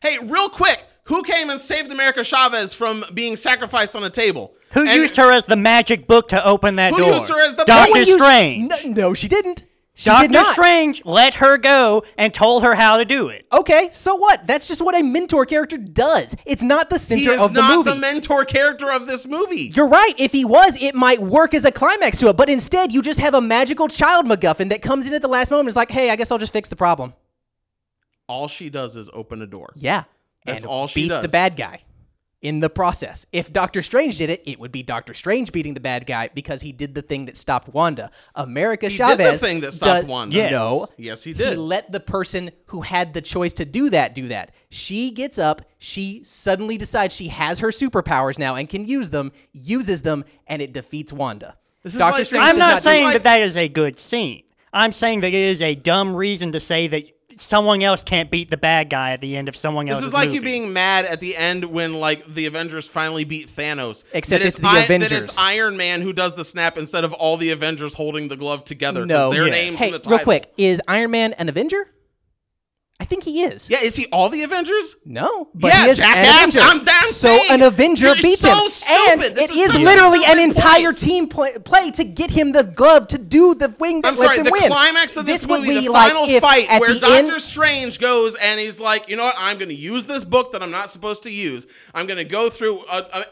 S1: Hey, real quick, who came and saved America Chavez from being sacrificed on a table?
S3: Who
S1: And-
S3: used her as the magic book to open that
S1: Who
S3: door?
S1: used her as the-
S3: Doctor
S1: No one
S2: When you-
S3: Strange.
S2: No, no, she didn't. She did
S3: Doctor
S2: not.
S3: Strange let her go and told her how to do it.
S2: Okay, so what? That's just what a mentor character does. It's not the
S1: He
S2: center
S1: is
S2: of the
S1: not
S2: movie.
S1: the mentor character of this movie.
S2: You're right. If he was, it might work as a climax to it. But instead, you just have a magical child MacGuffin that comes in at the last moment. and is like, hey, I guess I'll just fix the problem.
S1: all she does is open a door.
S2: Yeah,
S1: That's
S2: and
S1: all she
S2: beat
S1: does.
S2: the bad guy in the process. If Doctor Strange did it, it would be Doctor Strange beating the bad guy because he did the thing that stopped Wanda. America
S1: He
S2: Chavez
S1: did the thing that stopped
S2: does-
S1: Wanda.
S3: Yes.
S2: No,
S1: Yes, he did.
S2: He let the person who had the choice to do that do that. She gets up. She suddenly decides she has her superpowers now and can use them. Uses them, and it defeats Wanda.
S1: This is
S2: Doctor
S1: like-
S2: Strange.
S1: It's
S3: I'm
S1: just
S2: does
S3: not,
S1: not-
S3: saying
S1: it's like-
S3: that that is a good scene. I'm saying that it is a dumb reason to say that someone else can't beat the bad guy at the end of someone
S1: This
S3: else's
S1: is like you
S3: movie.
S1: being mad at the end when like the Avengers finally beat Thanos.
S2: Except
S1: that
S2: it's the
S1: That
S2: Avengers.
S1: it's Iron Man who does the snap instead of all the Avengers holding the glove together. 'cause
S2: No,
S1: their
S2: yes.
S1: names
S2: Hey,
S1: in the title.
S2: real quick, is Iron Man an Avenger? I think he is.
S1: Yeah, is he all the Avengers?
S2: No, but
S1: yeah,
S2: he is
S1: jackass.
S2: an Avenger.
S1: I'm down.
S2: so an Avenger
S1: You're
S2: beats
S1: so
S2: him,
S1: Stupid.
S2: and
S1: This is
S2: it is
S1: such a
S2: literally an
S1: stupid
S2: entire
S1: point.
S2: team play, play to get him the glove to do the thing that
S1: I'm
S2: lets
S1: sorry.
S2: him
S1: The
S2: win.
S1: climax of this,
S2: would
S1: movie,
S2: be
S1: the
S2: like
S1: final
S2: if
S1: fight,
S2: at
S1: where
S2: the
S1: Doctor
S2: end-
S1: Strange goes and he's like, you know what? I'm going to use this book that I'm not supposed to use. I'm going to go through. Uh, uh,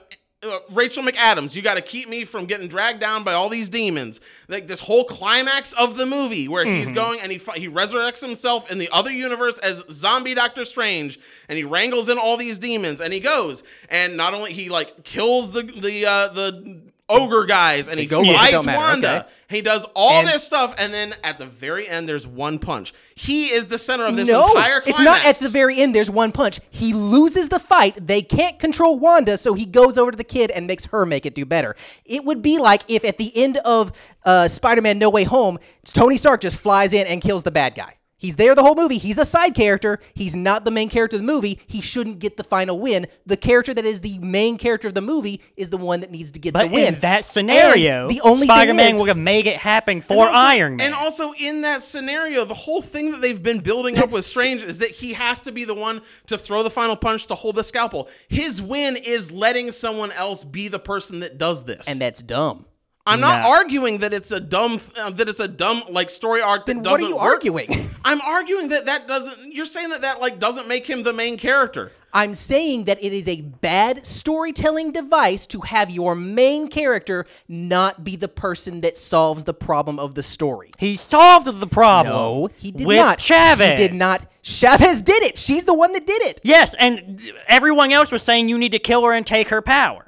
S1: uh, Rachel McAdams, you got to keep me from getting dragged down by all these demons. Like this whole climax of the movie, where he's
S2: Mm-hmm.
S1: going and he fi- he resurrects himself in the other universe as zombie Doctor Strange, and he wrangles in all these demons, and he goes and not only he like kills the the uh, the ogre guys, and he
S2: ogres, it
S1: fights
S2: don't matter,
S1: Wanda.
S2: okay.
S1: He does all
S2: And-
S1: this stuff, and then at the very end, there's one punch. He is the center of this
S2: no,
S1: entire climax.
S2: it's not at the very end. There's one punch. He loses the fight. They can't control Wanda, so he goes over to the kid and makes her make it do better. It would be like if at the end of uh, Spider-Man: No Way Home, Tony Stark just flies in and kills the bad guy. He's there the whole movie. He's a side character. He's not the main character of the movie. He shouldn't get the final win. The character that is the main character of the movie is the one that needs to get
S3: But
S2: the win.
S3: in that scenario,
S2: And the only thing
S3: Spider-Man
S2: is-
S3: would have made it happen
S1: And
S3: for
S1: also-
S3: Iron Man.
S1: And also in that scenario, the whole thing that they've been building up with Strange is that he has to be the one to throw the final punch to hold the scalpel. His win is letting someone else be the person that does this.
S2: and that's dumb.
S1: I'm not
S3: No.
S1: arguing that it's a dumb uh, that it's a dumb like story arc that
S2: Then
S1: doesn't
S2: what are you
S1: work.
S2: arguing?
S1: I'm arguing that that doesn't. You're saying that that like doesn't make him the main character.
S2: I'm saying that it is a bad storytelling device to have your main character not be the person that solves the problem of the story.
S3: he solved the problem.
S2: No, he did
S3: with
S2: not.
S3: Chavez.
S2: He did not. Chavez did it. She's the one that did it.
S3: Yes, and everyone else was saying you need to kill her and take her power.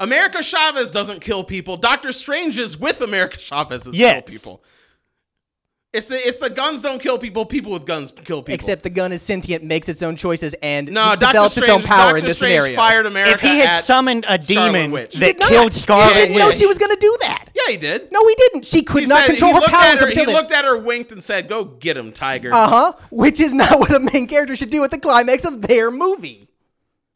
S1: America Chavez doesn't kill people. Doctor Strange is with America Chavez is
S3: Yes.
S1: kill people. It's the it's the guns don't kill people. People with guns kill people.
S2: Except the gun is sentient, makes its own choices, and
S1: no, Doctor
S2: develops
S1: Strange.
S2: its own power
S1: Doctor
S2: in this
S1: Strange
S2: scenario.
S1: fired America.
S3: if he had
S1: at-
S3: summoned a
S1: Scarlet
S3: demon
S1: Witch. He
S3: that
S2: Did not.
S3: killed Scarlet
S2: He didn't know
S3: Witch,
S2: she was going to do that.
S1: yeah, he did.
S2: No, he didn't. She could
S1: he
S2: not
S1: said-
S2: control
S1: he
S2: her
S1: looked at
S2: powers
S1: her-
S2: until
S1: he
S2: then.
S1: looked at her, winked, and said, "Go get him, Tiger."
S2: Uh huh. Which is not what a main character should do at the climax of their movie.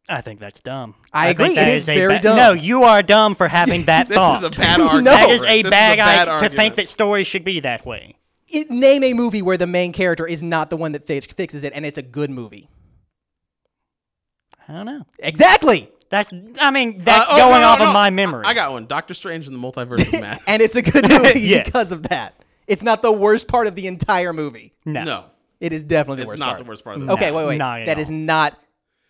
S3: I think that's dumb.
S2: I
S3: think
S2: agree,
S3: that
S2: it is very
S3: ba-
S2: dumb.
S3: No, you are dumb for having that
S1: this
S3: thought.
S1: is a bad argument.
S2: That
S3: That is
S1: This
S3: a bad idea to
S1: argument.
S3: think that stories should be that way.
S2: it, name a movie where the main character is not the one that fix, fixes it and it's a good movie.
S3: I don't know.
S2: Exactly.
S3: That's I mean that's
S1: Uh, oh,
S3: going
S1: no, no,
S3: off
S1: no.
S3: of my memory.
S1: I got one. Doctor Strange and the Multiverse of Madness.
S2: And it's a good movie
S3: Yes.
S2: because of that. It's not the worst part of the entire movie.
S3: no.
S1: no.
S2: It is definitely the
S1: It's
S2: worst
S1: not
S2: part.
S1: the worst part of this.
S2: Okay,
S3: No,
S2: wait, wait.
S3: not at
S2: That
S3: all.
S2: is not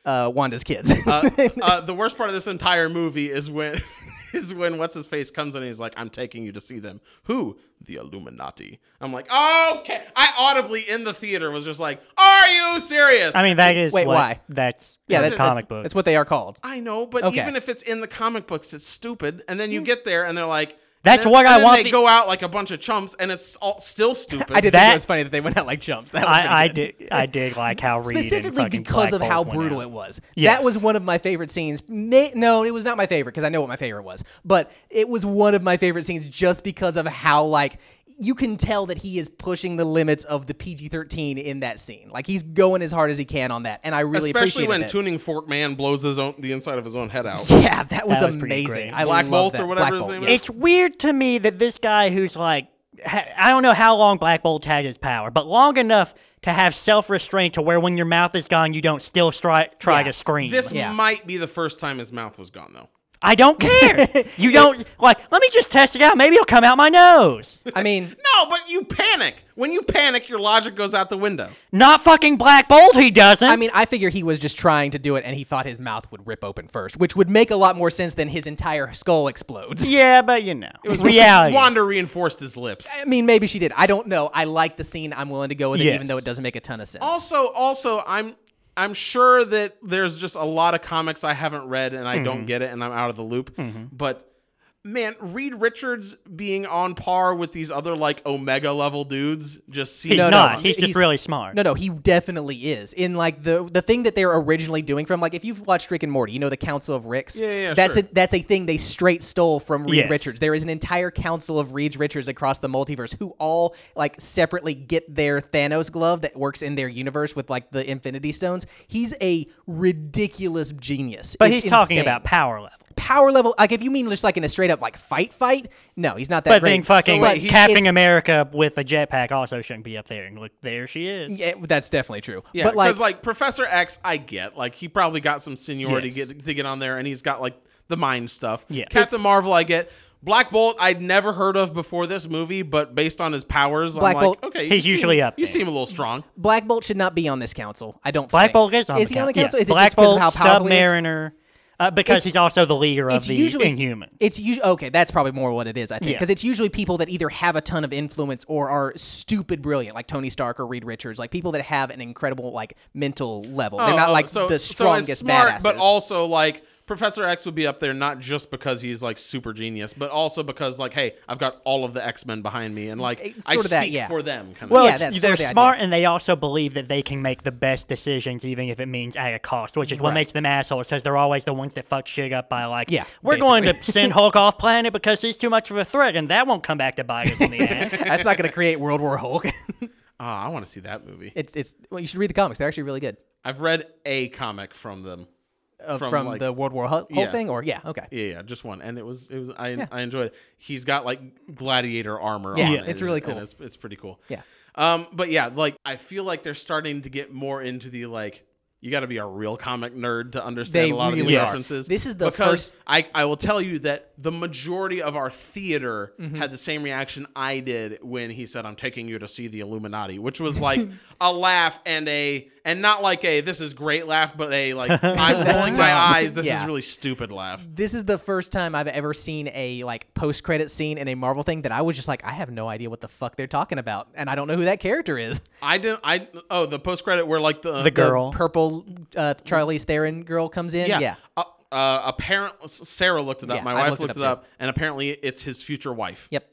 S2: uh, Wanda's kids.
S1: Uh, uh, the worst part of this entire movie is when is when what's his face comes in and he's like, "I'm taking you to see them." Who? The Illuminati. I'm like, okay. I audibly in the theater was just like, "Are you serious?"
S3: I mean, that is
S2: Wait,
S3: what-
S2: why?
S3: That's
S2: yeah,
S3: that's
S2: that's
S3: comic
S2: that's,
S3: books.
S2: That's what they are called.
S1: I know, but
S2: Okay.
S1: even if it's in the comic books, it's stupid. And then you get there and they're like,
S3: That's
S1: and then,
S3: what I
S1: and then
S3: want
S1: They
S3: the-
S1: go out like a bunch of chumps, and it's all still stupid.
S2: I did think
S3: That-
S2: it was funny that they went out like chumps. That was pretty
S3: I, I
S2: good.
S3: did. I did like how Reed and
S2: specifically
S3: fucking
S2: because
S3: Black
S2: of
S3: Bolt
S2: how
S3: went
S2: brutal it
S3: out.
S2: was.
S3: Yes.
S2: That was one of my favorite scenes. Ma- No, it was not my favorite because I know what my favorite was, but it was one of my favorite scenes just because of how like you can tell that he is pushing the limits of the PG-13 in that scene. Like he's going as hard as he can on that, and I
S1: Especially
S2: really appreciated
S1: when
S2: it.
S1: Tuning Fork Man blows his own the inside of his own head out.
S2: yeah, that was,
S3: That was pretty
S2: amazing.
S3: great.
S2: I
S1: Black
S2: love
S1: Bolt or
S2: that.
S1: whatever
S2: Black
S1: his
S2: Bolt,
S1: name
S2: yeah.
S1: is?
S3: It's weird to me that this guy who's like, ha- I don't know how long Black Bolt had his power, but long enough to have self restraint to where when your mouth is gone, you don't still stri- try
S2: Yeah.
S3: to scream.
S1: This
S2: Yeah.
S1: might be the first time his mouth was gone though.
S3: I don't care. you don't like. Let me just test it out. Maybe it'll come out my nose.
S2: I mean,
S1: No, but you panic. When you panic, your logic goes out the window.
S3: Not fucking Black Bolt. He doesn't.
S2: I mean, I figure he was just trying to do it, and he thought his mouth would rip open first, which would make a lot more sense than his entire skull explodes.
S3: yeah, but you know, reality.
S1: Wanda reinforced his lips.
S2: I mean, maybe she did. I don't know. I like the scene. I'm willing to go with it, even
S3: Yes.
S2: though it doesn't make a ton of sense.
S1: Also, also, I'm I'm sure that there's just a lot of comics I haven't read and I don't get it and I'm out of the loop. But man, Reed Richards being on par with these other like Omega level dudes just seems
S3: He's
S2: No, no,
S3: not.
S2: no.
S3: He's just
S2: He's-
S3: really smart.
S2: no, no, he definitely is. In like the the thing that they're originally doing from, like if you've watched Rick and Morty, you know the Council of Ricks.
S1: Yeah, yeah,
S2: That's
S1: sure.
S2: a that's a thing they straight stole from Reed
S3: Yes.
S2: Richards. There is an entire council of Reed Richards across the multiverse who all like separately get their Thanos glove that works in their universe with like the Infinity Stones. He's a ridiculous genius.
S3: But
S2: It's
S3: he's talking
S2: insane.
S3: about power level.
S2: power level. Like if you mean just like in a straight up like fight fight, no, he's not that.
S3: But
S2: great.
S3: then fucking
S2: But he-
S3: Captain
S2: it's-
S3: America with a jetpack also shouldn't be up there. And look, there she is.
S2: Yeah, that's definitely true.
S1: Yeah,
S2: but like,
S1: because like, Professor X, I get like he probably got some seniority
S3: Yes.
S1: to, get, to get on there, and he's got like the mind stuff.
S3: Yeah.
S1: Captain Marvel, I get. Black Bolt, I'd never heard of before this movie, but based on his powers, I'm
S2: Black
S1: like,
S2: Bolt-
S1: okay, you
S3: He's
S1: seem-
S3: usually up
S1: You
S3: there.
S1: seem a little strong.
S2: Black Bolt should not be on this council. I don't.
S3: Black
S2: think.
S3: Bolt is on
S2: Is
S3: the
S2: he on the council?
S3: council. Yeah.
S2: Is it
S3: Black
S2: just because of
S3: Bolt,
S2: how powerful he is?
S3: Submariner, uh, because
S2: It's-
S3: he's also the leader of
S2: It's
S3: the
S2: usually
S3: Inhuman.
S2: It's usually okay. That's probably more what it is. I think
S3: Yeah.
S2: because it's usually people that either have a ton of influence or are stupid brilliant, like Tony Stark or Reed Richards, like people that have an incredible like mental level. They're
S1: Oh,
S2: not
S1: oh,
S2: like
S1: so,
S2: the strongest
S1: so it's smart,
S2: badasses.
S1: but also like Professor X would be up there not just because he's like super genius, but also because like, hey, I've got all of the X Men behind me, and like
S2: It's
S1: I speak
S2: sort of that, yeah.
S1: for them. Kind
S3: well,
S1: of
S2: Yeah,
S3: it's-
S2: that's
S3: they're
S2: sort of the idea.
S3: smart and they also believe that they can make the best decisions, even if it means at a cost, which is what makes them assholes, because they're always the ones that fuck shit up by like,
S2: Yeah,
S3: we're going to send Hulk off planet because he's too much of a threat, and that won't come back to bite us in the ass.
S2: that's not going to create World War Hulk.
S1: oh, I want to see that movie.
S2: it's it's. Well, you should read the comics. They're actually really good.
S1: I've read a comic from them.
S2: Uh,
S1: From,
S2: from
S1: like-
S2: the World War Hulk,
S1: Yeah.
S2: thing, or yeah, okay.
S1: Yeah, yeah, just one, and it was it was I I enjoyed it. He's got like gladiator armor.
S2: Yeah,
S1: on and-
S2: it's really
S1: and
S2: cool.
S1: It's, it's pretty cool.
S2: Yeah.
S1: Um, but yeah, like I feel like they're starting to get more into the like you got to be a real comic nerd to understand
S2: They
S1: a lot of these
S2: really are.
S1: references.
S2: This is the
S1: because
S2: first-
S1: I I will tell you that the majority of our theater
S2: Mm-hmm.
S1: had the same reaction I did when he said I'm taking you to see the Illuminati, which was like a laugh and a and not like a this is great laugh, but a like I'm rolling my
S2: dumb.
S1: eyes. This is
S2: Yeah.
S1: really stupid laugh.
S2: this is the first time I've ever seen a like post credit scene in a Marvel thing that I was just like, I have no idea what the fuck they're talking about, and I don't know who that character is.
S1: I didn't. I oh the post credit where like the
S3: The girl.
S2: Purple uh, Charlize Theron girl comes in. Yeah,
S1: yeah. Uh, uh, apparent Sarah looked it up.
S2: Yeah,
S1: My
S2: I
S1: wife
S2: looked
S1: looked,
S2: it up
S1: it up, and apparently it's his future wife.
S2: yep.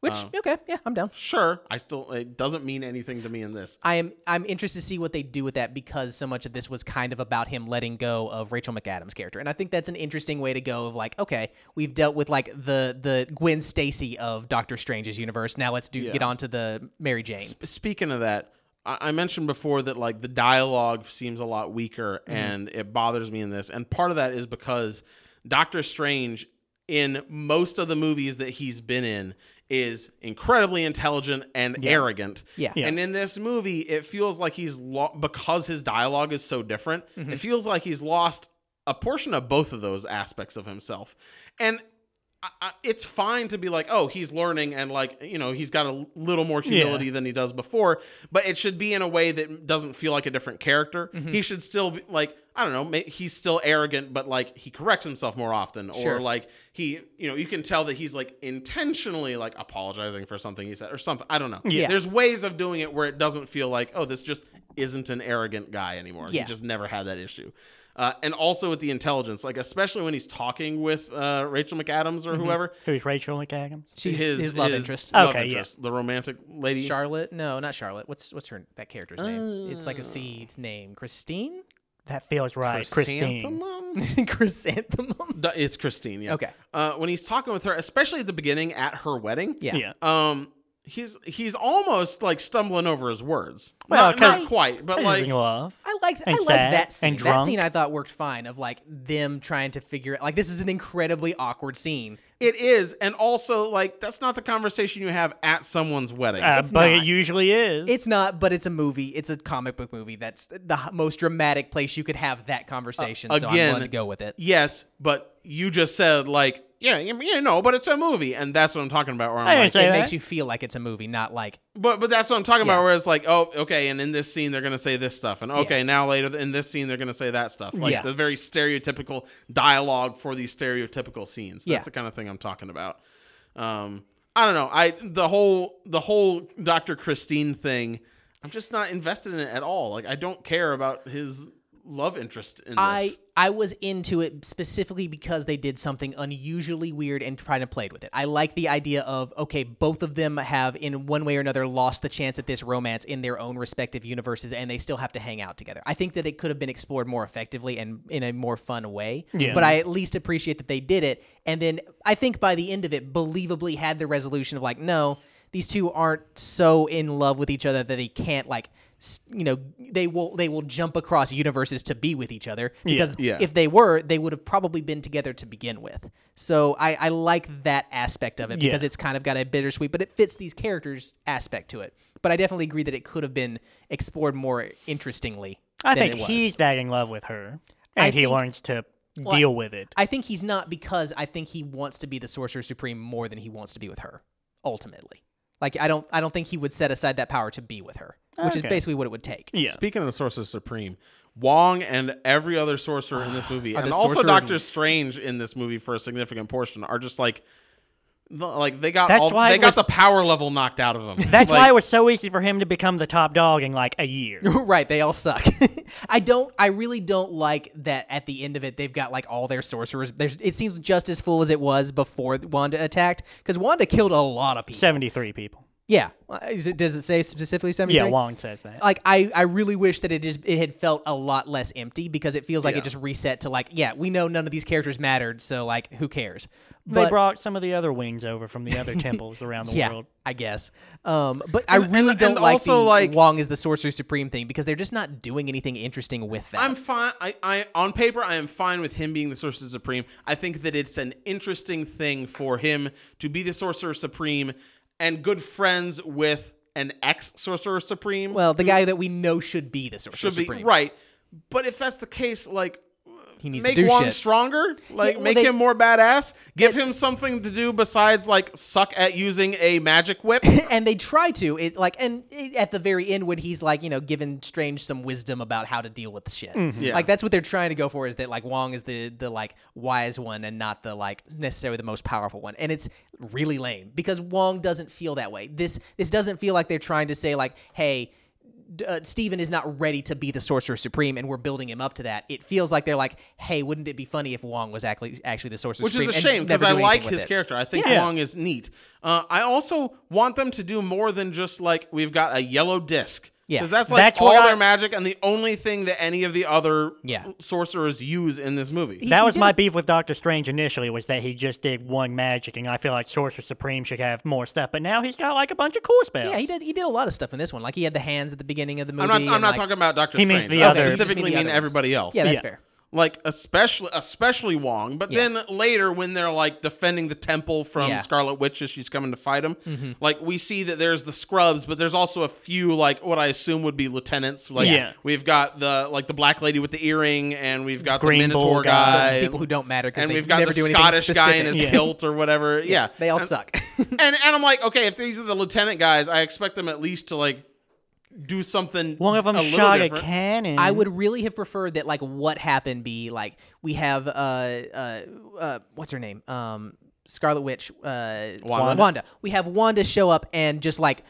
S2: Which
S1: Um,
S2: okay, yeah, I'm down.
S1: Sure, I still it doesn't mean anything to me in this.
S2: I am I'm interested to see what they do with that because so much of this was kind of about him letting go of Rachel McAdams' character. And I think that's an interesting way to go of like, okay, we've dealt with like the the Gwen Stacy of Doctor Strange's universe. Now let's do get on to the Mary Jane.
S1: Sp- speaking of that, I-, I mentioned before that like the dialogue seems a lot weaker,
S2: Mm-hmm.
S1: and it bothers me in this. And part of that is because Doctor Strange, in most of the movies that he's been in, is incredibly intelligent and arrogant.
S2: Yeah.
S3: Yeah.
S1: And in this movie, it feels like he's lo- because his dialogue is so different.
S2: Mm-hmm.
S1: It feels like he's lost a portion of both of those aspects of himself, and. I, I, it's fine to be like, oh, he's learning and like, you know, he's got a little more humility than he
S2: Mm-hmm.
S1: does before, but it should be in a way that doesn't feel like a different character. He should still be like, I don't know, may- he's still arrogant, but like he corrects himself more often, or
S2: Sure.
S1: like he, you know, you can tell that he's like intentionally like apologizing for something he said or something. I don't know.
S2: Yeah.
S1: There's ways of doing it where it doesn't feel like, oh, this just isn't an arrogant guy anymore.
S2: Yeah.
S1: He just never had that issue. Uh, and also with the intelligence, like especially when he's talking with uh, Rachel McAdams or whoever,
S3: Who's Rachel McAdams?
S2: Mm-hmm. She's his, love interest.
S1: love
S3: Okay, yeah.
S1: interest, the romantic lady.
S2: Charlotte? No, not Charlotte. What's what's her that character's name? It's like a C name. Christine?
S3: That feels right. Uh, Christine.
S1: Chrysanthemum?
S2: Chrysanthemum?
S1: D- It's Christine. Yeah.
S2: Okay.
S1: Uh, when he's talking with her, especially at the beginning at her wedding.
S2: Yeah.
S3: Yeah.
S1: Um, he's he's almost like stumbling over his words.
S3: Well,
S1: not, not
S3: 'cause-
S1: quite, but
S3: She's
S1: like
S3: in love.
S2: I liked I
S3: And
S2: liked
S3: sad
S2: that
S3: and
S2: scene. That
S3: drunk.
S2: scene I thought worked fine of like them trying to figure it like this is an incredibly awkward scene.
S1: it is, and also like that's not the conversation you have at someone's wedding.
S3: Uh,
S2: It's
S3: but
S2: not.
S3: it usually is.
S2: It's not, but it's a movie. It's a comic book movie. That's the h- most dramatic place you could have that conversation. so I'm
S1: again-
S2: willing to go with it.
S1: yes, but you just said like yeah, you you know, but it's a movie, and that's what I'm talking about. Where I'm
S3: I
S1: like,
S3: didn't say
S2: it
S3: that.
S2: makes you feel like it's a movie, not like
S1: But but that's what I'm talking
S2: Yeah.
S1: about. Where it's like, oh, okay, and in this scene they're gonna say this stuff, and okay, now later in this scene they're gonna say that stuff. Like
S2: Yeah.
S1: the very stereotypical dialogue for these stereotypical scenes. That's
S2: Yeah.
S1: the kind of thing I'm talking about. Um, I don't know. I the whole the whole Dr. Christine thing. I'm just not invested in it at all. Like I don't care about his love interest in this.
S2: I I was into it specifically because they did something unusually weird and tried to play with it. I like the idea of okay, both of them have in one way or another lost the chance at this romance in their own respective universes, and they still have to hang out together. I think that it could have been explored more effectively and in a more fun way.
S3: Yeah.
S2: But I at least appreciate that they did it, and then I think by the end of it, believably had the resolution of like no. These two aren't so in love with each other that they can't like, s- you know, they will they will jump across universes to be with each other because
S1: Yeah.
S2: if they were, they would have probably been together to begin with. So I, I like that aspect of it because
S3: Yeah.
S2: it's kind of got a bittersweet, but it fits these characters' aspect to it. But I definitely agree that it could have been explored more interestingly.
S3: I
S2: than
S3: think
S2: it was.
S3: he's that in love with her, and he
S2: think-
S3: learns to
S2: Well,
S3: deal with it.
S2: I think he's not because I think he wants to be the Sorcerer Supreme more than he wants to be with her. Ultimately, like I don't I don't think he would set aside that power to be with her, which is
S3: Okay.
S2: basically what it would take.
S3: yeah.
S1: Speaking of the Sorcerer Supreme, Wong and every other sorcerer in this movie,
S2: Are the
S1: and also
S2: sorcerer-
S1: Doctor Strange in this movie for a significant portion, are just like, the- like they got
S3: That's
S1: all,
S3: why
S1: they
S3: it
S1: got
S3: was-
S1: the power level knocked out of them.
S3: That's
S1: Like,
S3: why it was so easy for him to become the top dog in like a year.
S2: right, they all suck. I don't. I really don't like that. At the end of it, they've got like all their sorcerers. There's, it seems just as full as it was before Wanda attacked, because Wanda killed a lot of people.
S3: Seventy-three people.
S2: Yeah, is it, does it say specifically seventy?
S3: Yeah, Wong says that.
S2: Like I, I really wish that it just it had felt a lot less empty because it feels like it just reset to like yeah we know none of these characters mattered so like who cares
S3: they
S2: but
S3: brought some of the other wings over from the other temples around the
S2: yeah
S3: world.
S2: I guess um but I really
S1: and
S2: don't like
S1: also,
S2: the
S1: like-
S2: Wong is the sorcerer supreme thing because they're just not doing anything interesting with that
S1: I'm fine. I, I on paper, I am fine with him being the Sorcerer Supreme. I think that it's an interesting thing for him to be the Sorcerer Supreme and good friends with an ex Sorcerer Supreme.
S2: Well, the guy that we know should be the Sorcerer
S1: Mm. should be
S2: Supreme.
S1: right. But if that's the case, like
S2: He needs
S1: make
S2: to do
S1: Wong
S2: shit.
S1: stronger, like
S2: well,
S1: make
S2: they-
S1: him more badass, give him something to do besides like suck at using a magic whip.
S2: and they try to it like and it, at the very end when he's like you know giving strange some wisdom about how to deal with shit
S1: Yeah.
S2: like that's what they're trying to go for is that like wong is the the like wise one and not the like necessarily the most powerful one and it's really lame because wong doesn't feel that way this this doesn't feel like they're trying to say like hey d- uh, Steven is not ready to be the Sorcerer Supreme, and we're building him up to that. It feels like they're like, "Hey, wouldn't it be funny if Wong was actually actually the Sorcerer
S1: which
S2: Supreme?"
S1: is a
S2: and
S1: shame because
S2: never
S1: I
S2: do anything
S1: like
S2: with
S1: his
S2: it?
S1: character. I think
S2: Yeah.
S1: Wong is neat. Uh, I also want them to do more than just like we've got a yellow disc.
S2: Yeah.
S1: because that's like
S3: That's
S1: all
S3: what
S1: their
S3: I-
S1: magic and the only thing that any of the other
S2: Yeah.
S1: sorcerers use in this movie.
S3: That
S2: he
S3: was my
S2: did-
S3: beef with Doctor Strange initially was that he just did one magic, and I feel like Sorcerer Supreme should have more stuff. But now he's got like a bunch of cool spells.
S2: Yeah, he did. He did a lot of stuff in this one. Like he had the hands at the beginning of the movie.
S1: I'm not. I'm
S2: and,
S1: not
S2: like-
S1: talking about Doctor
S3: He
S1: Strange.
S3: means the
S1: I
S3: other- Okay, you just
S1: specifically
S2: mean the
S1: mean,
S2: other ones.
S1: everybody else.
S2: Yeah, that's
S3: Yeah.
S2: fair.
S1: like especially especially Wong. But
S2: Yeah.
S1: then later when they're like defending the temple from
S2: Yeah. Mm-hmm.
S1: Scarlet Witch as she's coming to fight him, like we see that there's the scrubs, but there's also a few like what I assume would be lieutenants. Like
S3: Yeah.
S1: we've got the like the black lady with the earring, and we've got
S3: Green
S1: the Minotaur
S3: Bull guy.
S1: guy,
S2: The people who don't matter 'cause
S1: and
S2: they
S1: we've got
S2: never
S1: the
S2: do anything
S1: Scottish guy in his
S2: specific.
S3: Yeah.
S1: kilt or whatever. Yeah,
S2: They all
S1: And-
S2: suck.
S1: and and I'm like, okay, if these are the lieutenant guys, I expect them at least to like do something.
S3: One of them
S1: a little
S3: shot a
S1: different.
S3: cannon.
S2: I would really have preferred that like what happened be like we have uh uh, uh what's her name um Scarlet Witch uh
S1: Wanda.
S2: Wanda we have Wanda show up and just like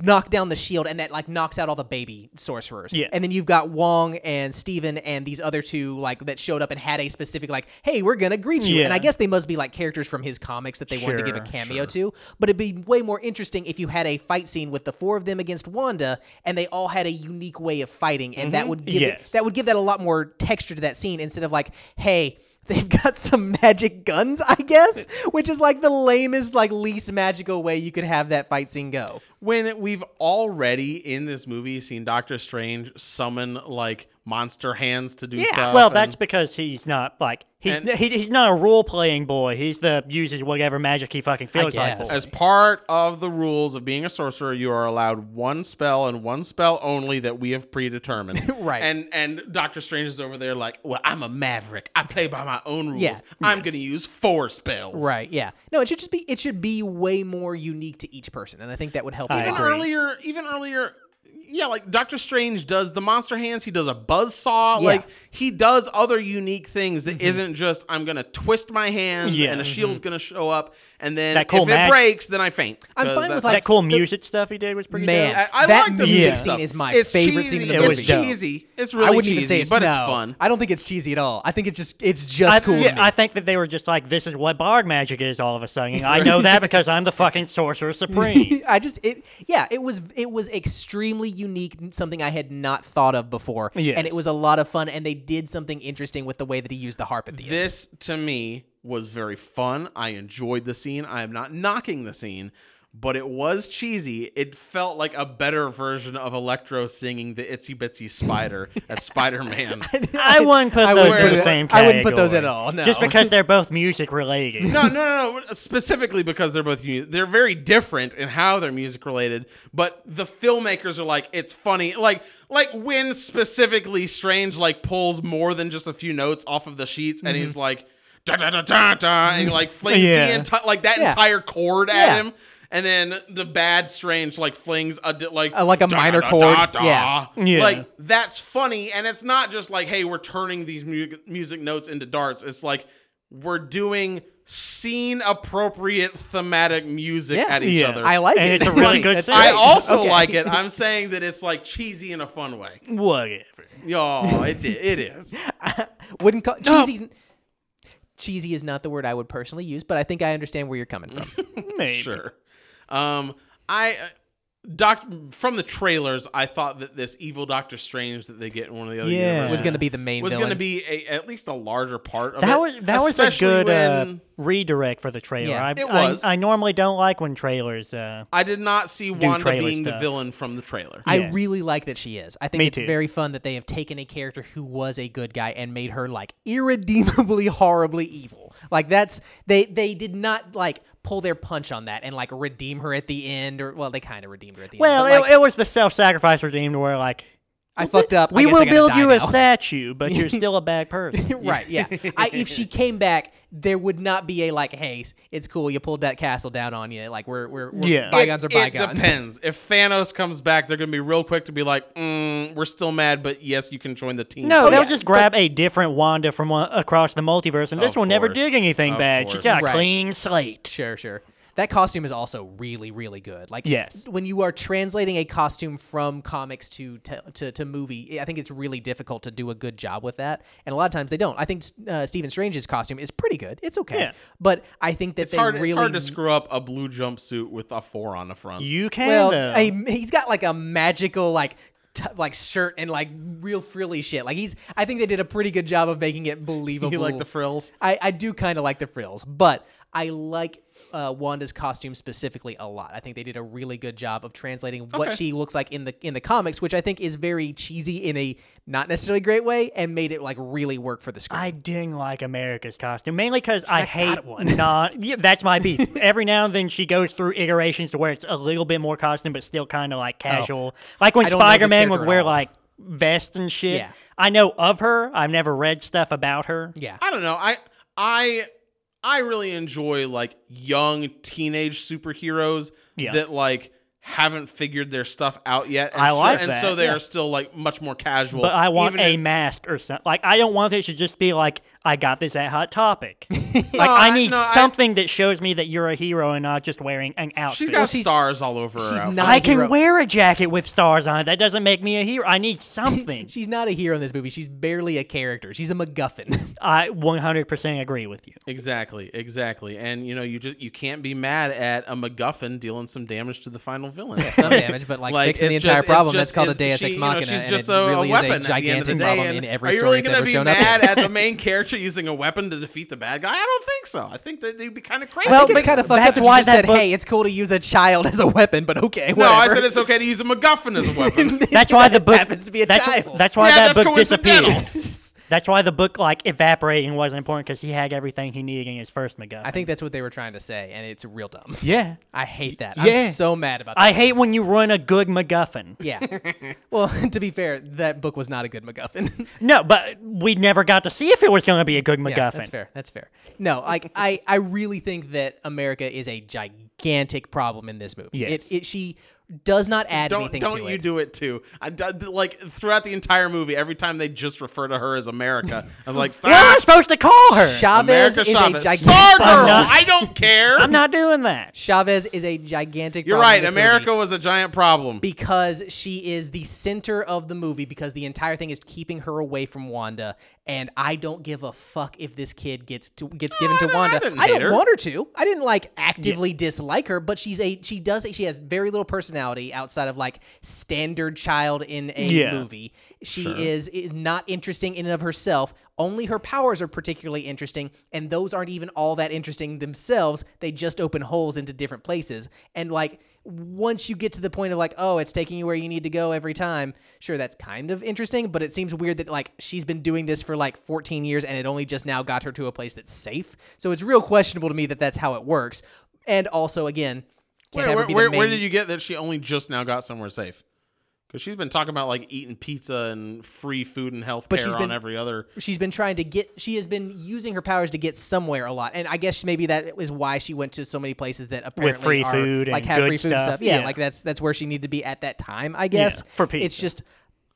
S2: knock down the shield and that like knocks out all the baby sorcerers
S3: Yeah.
S2: and then you've got Wong and Steven and these other two like that showed up and had a specific like hey we're gonna greet you and I
S3: Yeah.
S2: guess they must be like characters from his comics that they wanted to give a
S3: Sure,
S2: cameo to but it'd be way more interesting if you had a fight scene with the four of them against Wanda and they all had a unique way of fighting and that would give it-
S3: Yes.
S2: that would give that a lot more texture to that scene instead of like, hey, they've got some magic guns, I guess, which is like the lamest, like least magical way you could have that fight scene go.
S1: when we've already in this movie seen Doctor Strange summon like monster hands to do stuff.
S3: Well,
S1: and-
S3: that's because he's not like he's
S1: And-
S3: n he, he's not a role playing boy. He's the uses whatever magic he fucking feels like.
S2: guess.
S3: Boy.
S1: as part of the rules of being a sorcerer, you are allowed one spell and one spell only that we have predetermined.
S2: Right.
S1: And and Doctor Strange is over there like, well, I'm a maverick. I play by my own rules.
S2: Yeah.
S1: I'm gonna use four spells.
S2: Right. Yeah. No, it should just be it should be way more unique to each person, and I think that would help.
S3: I
S2: a lot.
S1: Even
S3: agree.
S1: earlier, even earlier, yeah, like Doctor Strange does the monster hands. He does a buzz saw.
S2: Yeah.
S1: Like he does other unique things that not just I'm gonna twist my hands
S3: Mm-hmm. Yeah. Mm-hmm.
S1: and a shield's gonna show up, and then
S3: That cool
S1: if it
S3: mag-
S1: breaks, then I faint.
S2: I'm
S1: 'Cause
S2: fine with,
S1: that's-
S2: like,
S3: that cool
S2: the-
S3: music stuff he did was pretty
S2: Man,
S3: dope.
S1: I, I
S2: That
S1: like the
S2: music
S1: music
S2: scene
S1: stuff.
S2: is my
S1: It's
S2: favorite
S1: cheesy,
S2: scene in the
S1: it's
S3: movie. It was dope.
S1: cheesy. It's really
S2: I wouldn't
S1: cheesy,
S2: even say it's
S1: but it's
S2: no,
S1: fun.
S2: I don't think it's cheesy at all. I think it's just it's just
S3: I,
S2: cool. to
S3: yeah,
S2: me.
S3: I think that they were just like, this is what Bard magic is all of a sudden. I know that because I'm the fucking sorcerer supreme.
S2: I just it yeah it was it was extremely unique n- something I had not thought of before and it
S3: Yes.
S2: was a lot of fun and they did something interesting with the way that he used the harp at the end.
S1: This to me was very fun. I enjoyed the scene. I am not knocking the scene, but it was cheesy. It felt like a better version of Electro singing the Itsy Bitsy Spider as Spider Man.
S3: I wouldn't put
S2: I
S3: those
S2: wouldn't
S3: in
S2: put
S3: the
S2: it-
S3: same
S2: I
S3: category.
S2: wouldn't put those at all, no.
S3: Just because they're both music related.
S1: No, no, no, no. Specifically because they're both mu- they're very different in how they're music related, but the filmmakers are like it's funny. Like like when specifically Strange like pulls more than just a few notes off of the sheets and he's like da da da da da and he, like flings
S3: Yeah.
S1: the enti- like that
S2: Mm-hmm. Yeah.
S1: entire chord
S2: Yeah.
S1: at him. And then the bad strange like flings a di- like
S2: Uh, like a
S1: da,
S2: minor
S1: da,
S2: chord.
S1: da, da.
S2: Yeah.
S3: Yeah.
S1: like that's funny and it's not just like hey we're turning these mu- music notes into darts it's like we're doing scene appropriate thematic music
S2: Yeah.
S1: at each
S3: Yeah.
S1: other
S2: I like
S3: And
S2: it.
S3: it's a really good
S2: That's
S3: scene.
S1: I
S2: great.
S1: also
S2: Okay.
S1: like it i'm saying that it's like cheesy in a fun way
S3: Whatever.
S1: oh it, i- it is
S2: Wouldn't call cheesy. Cheesy is not the word I would personally use, but I think I understand where you're coming from.
S3: Maybe.
S1: sure um i uh, doc from the trailers i thought that this evil doctor strange that they get in one of the other
S3: Yeah.
S1: universes
S2: was going to be the main
S1: was
S2: villain.
S1: going to be a, at least a larger part of
S3: That
S1: it,
S3: was that was a
S1: especially
S3: good uh,
S1: when-
S3: redirect for the trailer.
S2: Yeah.
S3: I,
S1: It
S3: I-
S1: was.
S3: I, normally don't like when trailers. Uh,
S1: I did not see Wanda
S3: trailer
S1: being the
S3: stuff.
S1: villain from the trailer.
S2: I
S3: Yes.
S2: really like that she is. I think
S3: Me
S2: it's
S3: too.
S2: very fun that they have taken a character who was a good guy and made her like irredeemably horribly evil. Like that's they they did not like pull their punch on that and like redeem her at the end or well they kind of redeemed her at the
S3: well,
S2: end. but,
S3: it,
S2: like,
S3: it was the self-sacrifice redeemed where like
S2: I fucked up. I
S3: we
S2: guess I
S3: will
S2: gotta
S3: build
S2: die
S3: you a
S2: now.
S3: statue, but you're still a bad person.
S2: right, yeah. I, if she came back, there would not be a like, "Hey, it's cool. You pulled that castle down on you. Like we're we're, we're
S3: Yeah.
S2: bygones are
S1: it, it
S2: bygones."
S1: depends. If Thanos comes back, they're going to be real quick to be like, mm, "We're still mad, but yes, you can join the team."
S3: No,
S1: Oh,
S3: they'll
S1: yeah.
S3: just grab a different Wanda from one, across the multiverse, and this
S1: Of
S3: one never
S1: course.
S3: did anything
S1: Of
S3: bad.
S1: course.
S3: She's got a
S2: Right.
S3: clean slate.
S2: Sure, sure. That costume is also really, really good. Like,
S3: Yes.
S2: when you are translating a costume from comics to to, to to movie, I think it's really difficult to do a good job with that. And a lot of times they don't. I think uh, Stephen Strange's costume is pretty good. It's okay,
S3: Yeah.
S2: but I think that
S1: it's
S2: they
S1: hard.
S2: really
S1: It's hard to screw up a blue jumpsuit with a four on the front.
S3: You can
S2: well.
S3: though.
S2: I- he's got like a magical like. T- like shirt and like real frilly shit. Like he's, I think they did a pretty good job of making it believable.
S1: you like the frills?
S2: I, I do kind of like the frills, but I like uh, Wanda's costume specifically a lot. I think they did a really good job of translating what she looks like in the in the comics, which I think is very cheesy in a not necessarily great way, and made it like really work for the screen.
S3: I didn't like America's costume mainly because I hate
S2: one.
S3: not. Yeah, that's my beef. Every now and then she goes through iterations to where it's a little bit more costume, but still kind of like casual. Like when
S2: Oh. I don't know this
S3: Spider Man
S2: character
S3: would
S2: at
S3: wear
S2: all.
S3: like vest and shit.
S2: Yeah.
S3: I know of her. I've never read stuff about her.
S2: yeah,
S1: I don't know. I I I really enjoy like young teenage superheroes
S3: Yeah.
S1: that like haven't figured their stuff out yet. And
S3: I
S1: so,
S3: like
S1: and
S3: that,
S1: so they
S3: yeah.
S1: are still like much more casual.
S3: But I want
S1: even
S3: a
S1: if-
S3: mask or something. Like I don't want it to just be like I got this at Hot Topic. like
S1: No,
S3: I
S1: I-
S3: need
S1: no, I-
S3: something that shows me that you're a hero and not just wearing an outfit.
S1: She's got stars all over her.
S2: she's
S1: outfit.
S2: not-
S3: I
S2: a hero.
S3: can wear a jacket with stars on it. That doesn't make me a hero. I need something.
S2: She's not a hero in this movie. She's barely a character. She's a MacGuffin.
S3: I 100% agree with you.
S1: Exactly, exactly. And you know, you just you can't be mad at a MacGuffin dealing some damage to the final villain.
S2: Some damage, but like, fixing the
S1: it's
S2: entire
S1: just- it's
S2: problem.
S1: just-
S2: That's called a
S1: it's-
S2: Deus
S1: she-
S2: Ex
S1: you know,
S2: Machina.
S1: she's
S2: and
S1: just
S2: it
S1: a, a
S2: really
S1: weapon
S2: is a
S1: at the end of the
S2: gigantic
S1: day,
S2: problem
S1: and
S2: in every
S1: Are you
S2: story
S1: really
S2: that's
S1: gonna
S2: ever
S1: be
S2: shown up.
S1: mad at the main character using a weapon to defeat the bad guy? I don't think so. I think that it'd be kind of crazy.
S3: Well,
S2: I think
S3: but
S2: it's kind of fucked up
S3: that's
S2: that you
S3: why
S2: just
S3: that
S2: said,
S3: book-
S2: "Hey, it's cool to use a child as a weapon," but okay,
S1: no, I
S2: whatever."
S1: said it's okay to use a MacGuffin as a weapon.
S3: That's why the book
S2: happens to be a
S3: that's,
S2: child.
S3: That's why
S1: Yeah,
S3: that
S1: that's
S3: book
S1: coincidental.
S3: disappeared. That's why the book like evaporating wasn't important because he had everything he needed in his first MacGuffin.
S2: I think that's what they were trying to say, and it's real dumb.
S3: yeah.
S2: I hate that.
S3: Yeah.
S2: I'm so mad about that.
S3: I hate when you run a good MacGuffin.
S2: yeah. well, to be fair, that book was not a good MacGuffin.
S3: No, but we never got to see if it was going to be a good MacGuffin.
S2: Yeah, that's fair. That's fair. No, like I, I really think that America is a gigantic problem in this movie.
S3: Yes.
S2: It, it she does not add
S1: don't
S2: anything
S1: don't
S2: to
S1: you
S2: it.
S1: do it too? I d- d- like throughout the entire movie, every time they just refer to her as America, I was like,
S3: What am I
S1: stop.
S3: supposed to call her?
S2: Chavez
S1: America
S2: is
S1: Chavez, Star
S2: a gigantic.
S1: Girl.
S3: not-
S1: I don't care.
S3: I'm not doing that.
S2: Chavez is a gigantic.
S1: You're
S2: problem in
S1: right.
S2: this
S1: America
S2: movie
S1: was a giant problem.
S2: because she is the center of the movie because the entire thing is keeping her away from Wanda, and I don't give a fuck if this kid gets to, gets given to
S1: don't- I
S2: Wanda.
S1: didn't
S2: don't
S1: hate her.
S2: want her to. I didn't like actively dislike her, but she's a she does she has very little personality outside of like standard child in a
S3: Yeah.
S2: movie. She is is not interesting in and of herself. Only her powers are particularly interesting, and those aren't even all that interesting themselves. They just open holes into different places. And like once you get to the point of like, oh, it's taking you where you need to go every time, sure that's kind of interesting, but it seems weird that like she's been doing this for like 14 years and it only just now got her to a place that's safe. So it's real questionable to me that that's how it works. And also again, can't
S1: Wait,
S2: have
S1: where,
S2: her be the
S1: where, where
S2: main-
S1: did you get that she only just now got somewhere safe? Because she's been talking about like eating pizza and free food and health
S2: she's
S1: care on
S2: been-
S1: every other.
S2: she's been trying to get she has been using her powers to get somewhere a lot and i guess maybe that is why she went to so many places that apparently
S3: free
S2: are-
S3: food
S2: like
S3: and
S2: have
S3: good
S2: free food and
S3: stuff,
S2: stuff yeah,
S3: yeah.
S2: like that's that's where she needed to be at that time i guess
S3: for
S2: it's
S3: pizza.
S2: just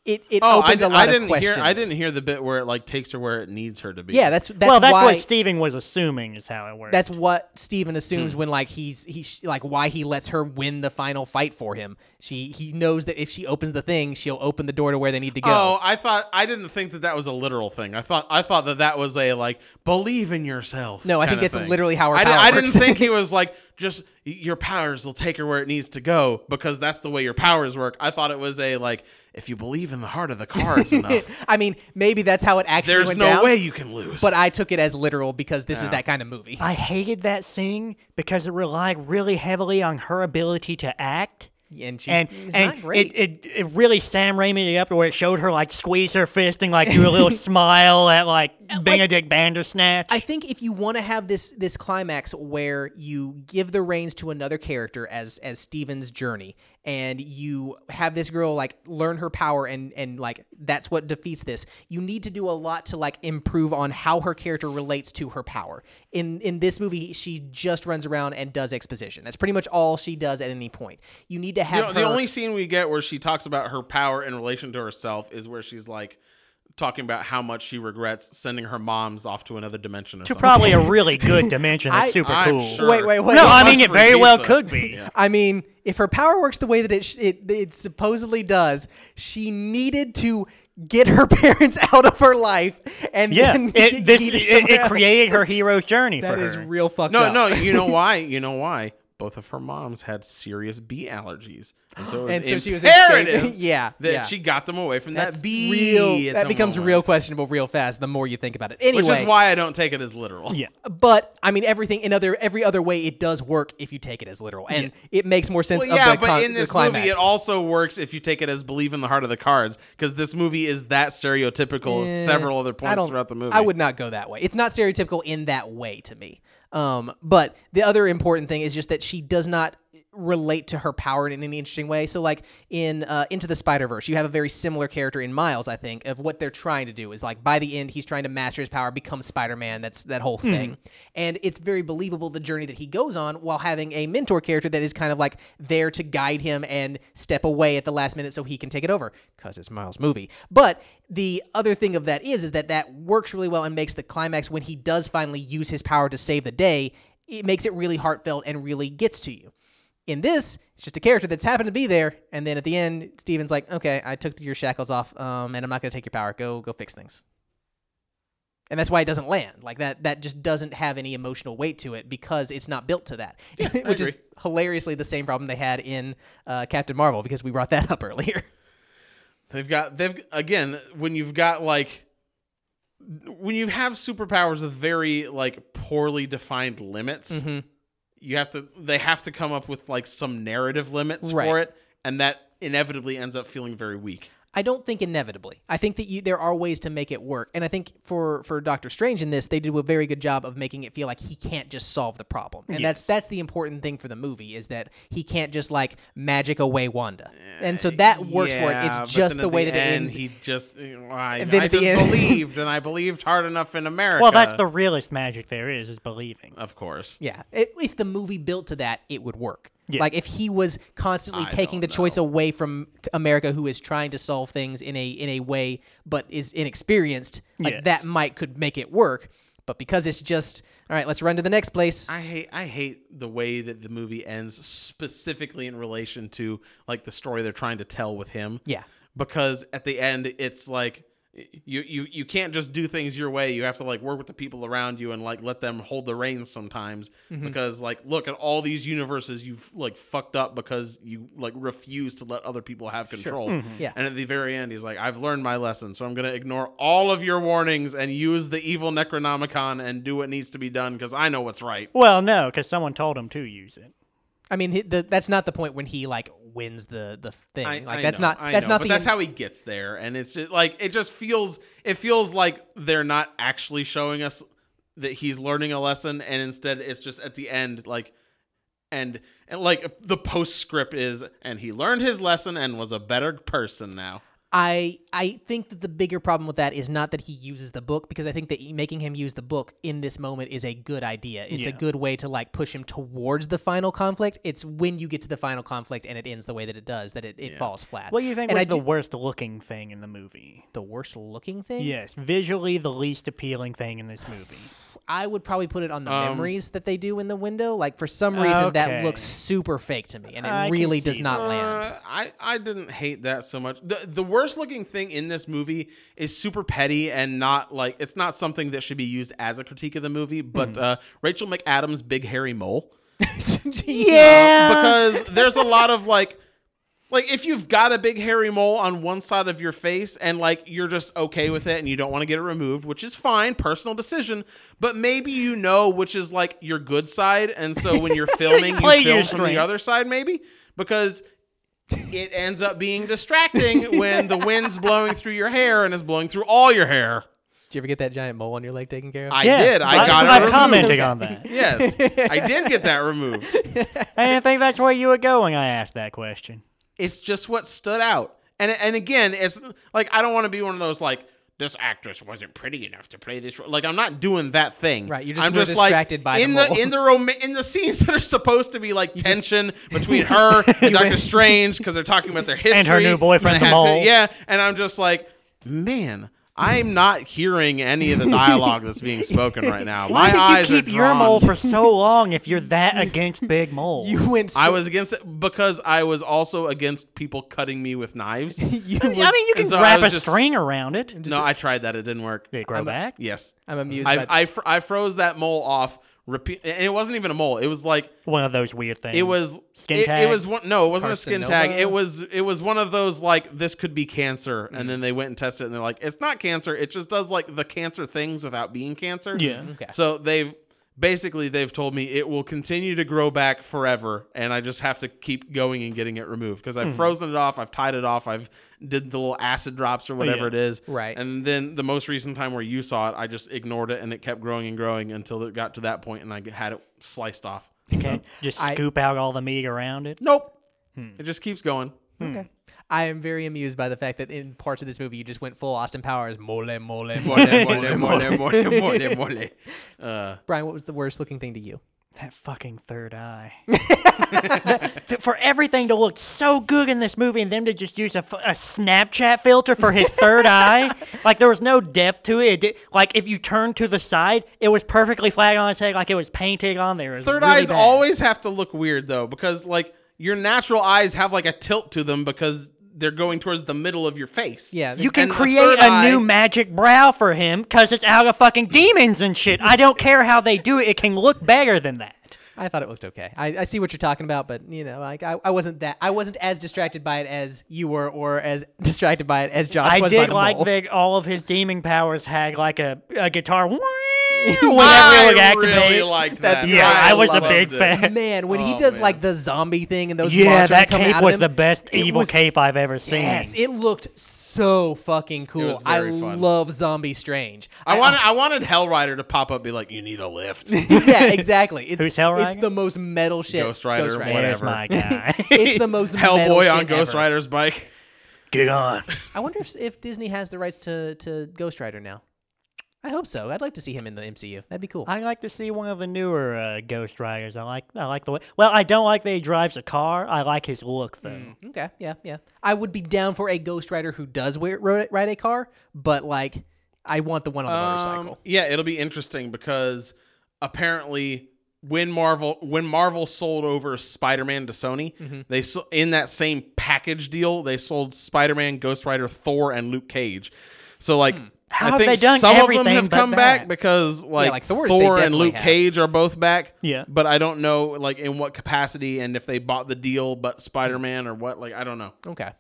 S2: it it
S1: Oh, I,
S2: opens
S1: di-
S2: a lot
S1: I didn't
S2: of questions
S1: hear. I didn't hear the bit where it like takes her where it needs her to be.
S2: yeah that's that's
S3: well, that's
S2: why
S3: what Steven was assuming is how it works.
S2: that's what Steven
S3: Hmm.
S2: assumes when like he's he's like why he lets her win the final fight for him. She he knows that if she opens the thing, she'll open the door to where they need to go.
S1: Oh, I thought I didn't think that that was a literal thing. I thought I thought that that was a like believe in yourself.
S2: No, I
S1: kinda
S2: think that's
S1: thing.
S2: literally how her
S1: I, di-
S2: power
S1: I
S2: works.
S1: didn't think he was like just y- your powers will take her where it needs to go because that's the way your powers work. I thought it was a like if you believe in the heart of the cards enough,
S2: I mean, maybe that's how it actually
S1: there's
S2: went
S1: no
S2: down,
S1: way you can lose.
S2: But I took it as literal because this is that kind of movie.
S3: I hated that scene because it relied really heavily on her ability to act.
S2: and she
S3: and
S2: is
S3: and
S2: not great.
S3: It, it it really Sam Raimi it up to where it showed her like squeeze her fist and like do a little smile at like Benedict Bandersnatch.
S2: Uh, I think if you want to have this this climax where you give the reins to another character as as Steven's journey and you have this girl like learn her power and and like that's what defeats this you need to do a lot to like improve on how her character relates to her power in in this movie she just runs around and does exposition that's pretty much all she does at any point you need to have
S1: You know, the
S2: her-
S1: only scene we get where she talks about her power in relation to herself is where she's like talking about how much she regrets sending her moms off to another dimension. Or
S3: to
S1: something.
S3: probably a really good dimension. That's
S2: I-
S3: super
S1: I'm
S3: cool.
S1: sure.
S2: Wait, wait, wait.
S3: No,
S2: It
S3: I
S1: must
S3: mean it
S1: be
S3: very well
S1: pizza.
S3: could be.
S2: I mean, if her power works the way that it sh- it, it supposedly does, she needed to get her parents out of her life, and
S3: Yeah,
S2: then
S3: it,
S2: get
S3: this,
S2: yeeted
S3: it,
S2: somewhere
S3: it
S2: else.
S3: created her hero's journey
S2: That
S3: for
S2: is
S3: her.
S2: real fucked
S1: No,
S2: up.
S1: no. You know why? You know why? Both of her moms had serious bee allergies, and so it was
S2: And so she was
S1: imperative
S2: escaping- Yeah,
S1: that
S2: yeah.
S1: she got them away from
S2: That's
S1: that bee.
S2: real.
S1: at
S2: That
S1: the
S2: becomes
S1: moment.
S2: real questionable real fast. The more you think about it, anyway.
S1: which is why I don't take it as literal.
S3: Yeah.
S2: But I mean, everything in other every other way, it does work if you take it as literal, and it makes more sense.
S1: Well,
S2: of
S1: yeah,
S2: the
S1: but
S2: con-
S1: in
S2: the
S1: this
S2: climax.
S1: movie, it also works if you take it as believe in the heart of the cards, because this movie is that stereotypical at
S2: Eh,
S1: several other
S2: I
S1: points
S2: don't-
S1: throughout the movie.
S2: I would not go that way. It's not stereotypical in that way to me. Um, but the other important thing is just that she does not relate to her power in any interesting way. So like in uh, Into the Spider Verse, you have a very similar character in Miles. I think of what they're trying to do is like by the end he's trying to master his power, become Spider Man. That's that whole
S1: Hmm.
S2: thing, and it's very believable the journey that he goes on while having a mentor character that is kind of like there to guide him and step away at the last minute so he can take it over because it's Miles' movie. But the other thing of that is is that that works really well and makes the climax when he does finally use his power to save the day. It makes it really heartfelt and really gets to you. In this, it's just a character that's happened to be there, and then at the end, Steven's like, "Okay, I took your shackles off, um, and I'm not gonna take your power. Go, go fix things." And that's why it doesn't land. Like that, that just doesn't have any emotional weight to it because it's not built to that. Which is
S1: agree.
S2: hilariously the same problem they had in uh, Captain Marvel because we brought that up earlier.
S1: They've got they've again when you've got like when you have superpowers with very like poorly defined limits,
S2: Mm-hmm.
S1: you have to they have to come up with like some narrative limits for
S2: Right.
S1: it, and that inevitably ends up feeling very weak.
S2: I don't think inevitably. I think that you there are ways to make it work, and I think for for Doctor Strange in this, they do a very good job of making it feel like he can't just solve the problem, and that's that's the important thing for the movie is that he can't just like magic away Wanda, and so that works for it.
S1: Yeah,
S2: It's
S1: but
S2: just
S1: then
S2: the
S1: at
S2: way that it
S1: end,
S2: ends.
S1: He just I,
S2: And then
S1: I
S2: at the
S1: just
S2: end-
S1: believed, and I believed hard enough in America.
S3: Well, that's the realest magic there is, is believing.
S1: of course.
S2: yeah, If- if the movie built to that, it would work.
S3: Yeah.
S2: Like if he was constantly
S1: I
S2: taking the
S1: don't
S2: choice
S1: know.
S2: away from America, who is trying to solve things in a in a way but is inexperienced, like
S3: Yes.
S2: that might could make it work. But because it's just all right, let's run to the next place.
S1: I hate I hate the way that the movie ends specifically in relation to like the story they're trying to tell with him.
S2: Yeah.
S1: Because at the end it's like you you you can't just do things your way. You have to like work with the people around you and like let them hold the reins sometimes because like look at all these universes you've like fucked up because you like refuse to let other people have control.
S2: Yeah.
S1: And at the very end he's like I've learned my lesson, so I'm going to ignore all of your warnings and use the evil Necronomicon and do what needs to be done cuz I know what's right.
S3: Well, no, because someone told him to use it.
S2: I mean, he- the, that's not the point when he like wins the the thing.
S1: I,
S2: like
S1: I
S2: that's
S1: know,
S2: not
S1: I
S2: that's
S1: know,
S2: not
S1: but
S2: the
S1: that's how he gets there, and it's just like it just feels it feels like they're not actually showing us that he's learning a lesson, and instead it's just at the end like and and like the postscript is and he learned his lesson and was a better person now.
S2: I I think that the bigger problem with that is not that he uses the book because I think that making him use the book in this moment is a good idea. It's a good way to like push him towards the final conflict. It's when you get to the final conflict and it ends the way that it does that it, it falls flat.
S3: What do you think
S2: and
S3: was
S2: I
S3: the
S2: do-
S3: worst looking thing in the movie?
S2: the worst looking thing?
S3: Yes, visually the least appealing thing in this movie.
S2: I would probably put it on the
S1: Um,
S2: memories that they do in the window. Like for some reason that
S3: Okay.
S2: looks super fake to me and it
S3: I can
S2: really
S3: see
S2: does not
S3: that.
S2: land.
S1: Uh, I I didn't hate that so much. the The worst looking thing in this movie is super petty and not like it's not something that should be used as a critique of the movie. But uh, Rachel McAdams' big hairy mole. because there's a lot of like like if you've got a big hairy mole on one side of your face and like you're just okay with it and you don't want to get it removed which is fine personal decision but maybe you know which is like your good side and so when you're filming you
S3: Play your
S1: film from the
S3: strength.
S1: other side maybe because it ends up being distracting when the wind's blowing through your hair and is blowing through all your hair
S2: Did you ever get that giant mole on your leg taken care of?
S1: i
S3: yeah,
S1: did i
S3: that's
S1: got it
S3: what I'm
S1: removed.
S3: commenting on that.
S1: yes i did get that removed
S3: I didn't think that's where you were going. I asked that question.
S1: It's just what stood out. And and again, it's like I don't want to be one of those like this actress wasn't pretty enough to play this. ro-" Like I'm not doing that thing.
S2: Right, you're just
S1: I'm
S2: more
S1: just like,
S2: distracted by the
S1: in the,
S2: mole.
S1: in the rom- in the scenes that are supposed to be like tension between her and Doctor Strange because they're talking about their history
S3: her new boyfriend,
S1: and they
S3: the
S1: have to-
S3: mole.
S1: Yeah, and I'm just like, man. I'm not hearing any of the dialogue that's being spoken right now. My
S3: Why did
S1: eyes
S3: you
S1: are
S3: keep your
S1: drawn.
S3: mole for so long if you're that against big moles?
S2: You went.
S1: I was against it because I was also against people cutting me with knives.
S2: you
S3: I
S2: went-
S3: mean, I mean, you
S1: And
S3: can
S1: so I
S3: wrap
S1: was
S3: a
S1: just-
S3: string around it. Did
S1: No, I tried that. It didn't work.
S3: it grow back?
S1: Yes.
S2: I'm amused.
S1: I,
S2: by
S1: I, fr- I froze that mole off. Repeat, and it wasn't even a mole. It was like
S3: One of those weird things.
S1: it was
S3: skin
S1: it,
S3: tag.
S1: It was one. No, it wasn't a skin tag.
S2: Carcinoma?
S1: It was it was one of those like this could be cancer,
S3: Mm-hmm.
S1: and then they went and tested, it and they're like, it's not cancer. It just does like the cancer things without being cancer.
S3: Yeah. Okay.
S1: So they've basically they've told me it will continue to grow back forever, and I just have to keep going and getting it removed because
S3: Mm-hmm.
S1: I've frozen it off, I've tied it off, I've did the little acid drops or whatever
S3: Oh, yeah.
S1: it is.
S2: Right.
S1: And then the most recent time where you saw it, I just ignored it, and it kept growing and growing until it got to that point, and I had it sliced off.
S3: You can't just
S2: I-
S3: scoop out all the meat around it.
S1: Nope. It just keeps going.
S2: I am very amused by the fact that in parts of this movie you just went full Austin Powers. Mole, mole, mole.
S1: Mole, mole, mole, mole, mole, mole. Uh,
S2: Brian, what was the worst looking thing to you?
S3: That fucking third eye. Th- for everything to look so good in this movie and them to just use a, f- a Snapchat filter for his third eye, like there was no depth to it. it did, like if you turned to the side, it was perfectly flat on its head, like it was painted on there. It was
S1: Third
S3: really
S1: eyes
S3: bad.
S1: always have to look weird though, because like your natural eyes have like a tilt to them because they're going towards the middle of your face.
S2: Yeah,
S3: You can
S1: And the
S3: create
S1: third
S3: a new
S1: eye-
S3: magic brow for him because it's out of fucking demons and shit. I don't care how they do it, it can look better than that.
S2: I thought it looked okay. I, I see what you're talking about, but you know, like I, I wasn't that I wasn't as distracted by it as you were, or as distracted by it as Josh
S3: I
S2: was by
S3: did
S2: the
S3: like
S2: mole.
S3: that all of his demon powers had like a, a guitar whenever it
S1: I
S3: would
S1: really
S3: activate.
S1: liked
S2: That's
S1: that.
S2: Yeah,
S3: I was a
S1: loved
S3: big
S1: it.
S3: fan.
S2: Man, when he
S1: Oh,
S2: does
S1: man.
S2: like the zombie thing and those
S3: yeah,
S2: monsters
S3: that
S2: coming out
S3: cape
S2: of
S3: was
S2: him,
S3: the best
S2: it
S3: evil
S2: was-
S3: cape I've ever seen.
S2: Yes, it looked so fucking cool.
S1: was
S2: I
S1: very fun.
S2: love Zombie Strange.
S1: I wanted I wanted Hellrider to pop up and be like, You need a lift.
S2: yeah, exactly. It's,
S3: Who's Hellrider?
S2: It's the most metal shit.
S1: Ghost Rider,
S3: There's
S1: whatever.
S3: my guy.
S2: It's the most metal
S1: Hellboy on
S2: shit
S1: Ghost
S2: ever.
S1: Rider's bike.
S3: Get on.
S2: I wonder if, if Disney has the rights to to Ghost Rider now. I hope so. I'd like to see him in the MCU. That'd be cool.
S3: I like to see one of the newer uh, Ghost Riders. I like I like the way. Well, I don't like that he drives a car. I like his look though.
S2: Okay, yeah, yeah. I would be down for a Ghost Rider who does wear, ride, ride a car, but like, I want the one on the
S1: Um,
S2: motorcycle.
S1: yeah, it'll be interesting because apparently when Marvel when Marvel sold over Spider-Man to Sony,
S3: Mm-hmm.
S1: they so, in that same package deal, they sold Spider-Man, Ghost Rider, Thor and Luke Cage. So like
S3: Hmm. How
S1: I
S3: have
S1: think
S3: they done
S1: some of them
S3: everything
S1: have
S3: but
S1: come
S3: that?
S1: back because like,
S2: like Thor's they
S1: Thor and
S2: definitely
S1: Luke
S2: have.
S1: Cage are both back.
S3: Yeah.
S1: But I don't know like in what capacity and if they bought the deal but Spider-Man or what like I don't know.
S2: Okay.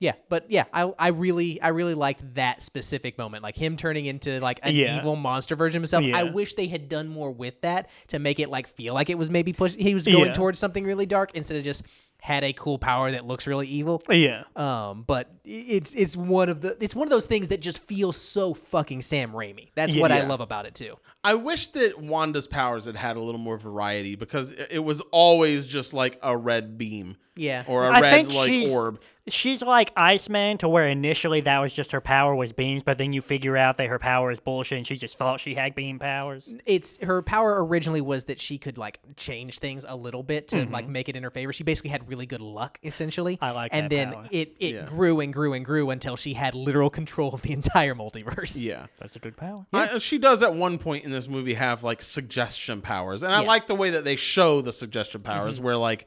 S2: Yeah, but yeah, I I really I really liked that specific moment, like him turning into like an
S3: Yeah.
S2: evil monster version of himself. I
S3: Yeah.
S2: wish they had done more with that to make it like feel like it was maybe push he was going
S3: Yeah.
S2: towards something really dark instead of just had a cool power that looks really evil.
S3: Yeah.
S2: Um, but i- it's it's one of the it's one of those things that just feels so fucking Sam Raimi. That's what I
S3: Yeah.
S2: love about it too.
S1: I wish that Wanda's powers had had a little more variety because it it was always just like a red beam.
S2: Yeah.
S1: Or a
S3: I
S1: red
S3: think
S1: like
S3: she's
S1: orb.
S3: she's like Iceman to where initially that was just her power was beams, but then you figure out that her power is bullshit and she just thought she had beam powers.
S2: it's her power originally was that she could like change things a little bit to like make it in her favor. She basically had really good luck, essentially.
S3: Mm-hmm. I like
S2: and
S3: that
S2: then
S3: power.
S2: it it grew and grew and grew until she had literal control of the entire multiverse.
S1: Yeah.
S3: That's a good power.
S1: I, she does at one point in this movie have like suggestion powers. And I like the way that they show the suggestion powers where like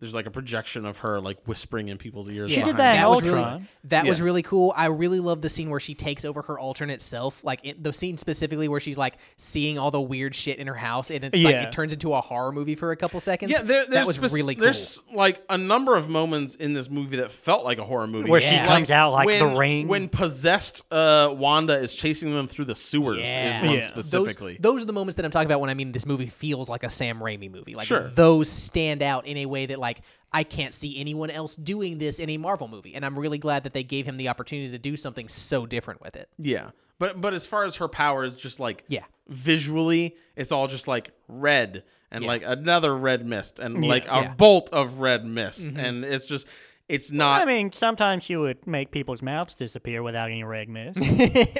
S1: there's like a projection of her like whispering in people's ears.
S3: She did
S1: behind
S3: that in
S1: her.
S2: was really
S3: Ultron.
S2: that was
S1: Yeah.
S2: really cool. I really love the scene where she takes over her alternate self, like it, the scene specifically where she's like seeing all the weird shit in her house, and it's like
S3: Yeah.
S2: it turns into a horror movie for a couple seconds.
S1: Yeah, there,
S2: that
S1: there's
S2: was
S1: spec-
S2: really cool.
S1: There's like a number of moments in this movie that felt like a horror movie.
S3: Where she comes out like
S1: when,
S3: The Ring.
S1: When possessed uh, Wanda is chasing them through the sewers
S2: Yeah.
S1: is one
S3: Yeah. Those-
S1: specifically.
S2: Those, those are the moments that I'm talking about when I mean this movie feels like a Sam Raimi movie. Like
S1: Sure.
S2: those stand out in a way that like I can't see anyone else doing this in a Marvel movie, and I'm really glad that they gave him the opportunity to do something so different with it.
S1: Yeah. But but as far as her powers, just like
S2: Yeah.
S1: visually, it's all just like red and like another red mist and like a
S2: Yeah. Mm-hmm.
S1: bolt of red mist. And it's just it's not
S3: I mean, sometimes she would make people's mouths disappear without any red mist.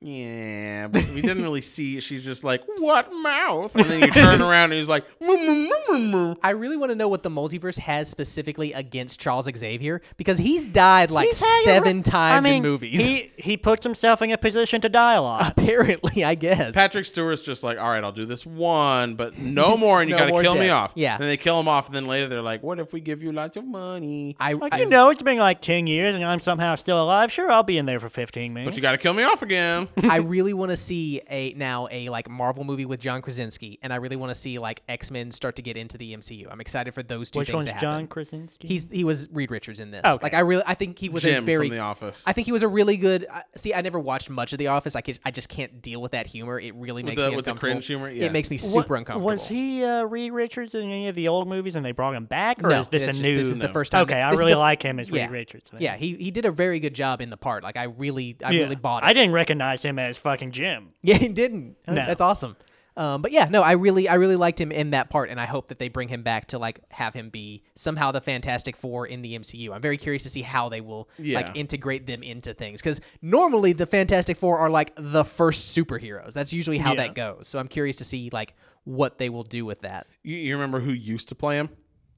S1: Yeah, but we didn't really see she's just like, What mouth? And then you turn around and he's like, "Moo, moo, moo, moo, moo."
S2: I really want to know what the multiverse has specifically against Charles Xavier because he's died like
S3: He's had a
S2: seven
S3: re-
S2: times
S3: I mean,
S2: in movies. Uh,
S3: He he puts himself in a position to die a lot.
S2: Apparently, I guess.
S1: Patrick Stewart's just like, All right, I'll do this one, but no more and you
S2: No more
S1: gotta kill me
S2: death.
S1: off.
S2: Yeah.
S1: And they kill him off, and then later they're like, What if we give you lots of money?
S2: I,
S3: Like
S2: I-
S3: you know, it's been like ten years, and I'm somehow still alive. Sure, I'll be in there for fifteen minutes.
S1: but you gotta kill me off again.
S2: I really want to see a now a like Marvel movie with John Krasinski, and I really want to see like X Men start to get into the MCU. I'm excited for those two
S3: Which
S2: things
S3: one's
S2: to happen.
S3: John Krasinski? Oh,
S2: He's he was Reed Richards in this.
S3: Okay.
S2: Like I really I think he was
S1: Jim
S2: a very
S1: from The Office.
S2: I think he was a really good. I see, I never watched much of The Office. I could, I just can't deal with that humor. It really makes
S1: the-
S2: me
S1: with the
S2: uncomfortable.
S1: cringe humor? Yeah.
S2: It makes me
S3: Wa-
S2: super uncomfortable.
S3: Was he uh, Reed Richards in any of the old movies, and they brought him back, or
S2: No,
S3: is this a
S2: it's just-
S3: new?
S2: This is the
S1: No.
S2: first time.
S3: okay,
S2: that-
S3: I
S2: this is
S3: really
S2: the-
S3: like him as
S2: yeah.
S3: Reed Richards. then.
S2: Yeah, he he did a very good job in the part. Like I really, I
S3: Yeah.
S2: really bought it.
S3: I didn't recognize him as fucking Jim.
S2: Yeah, he didn't. Oh,
S3: No.
S2: That's awesome. Um, but yeah, no, I really, I really liked him in that part, and I hope that they bring him back to like have him be somehow the Fantastic Four in the MCU. I'm very curious to see how they will
S1: Yeah.
S2: like integrate them into things because normally the Fantastic Four are like the first superheroes. That's usually how that goes. So I'm curious to see like what they will do with that.
S1: You, you remember who used to play him?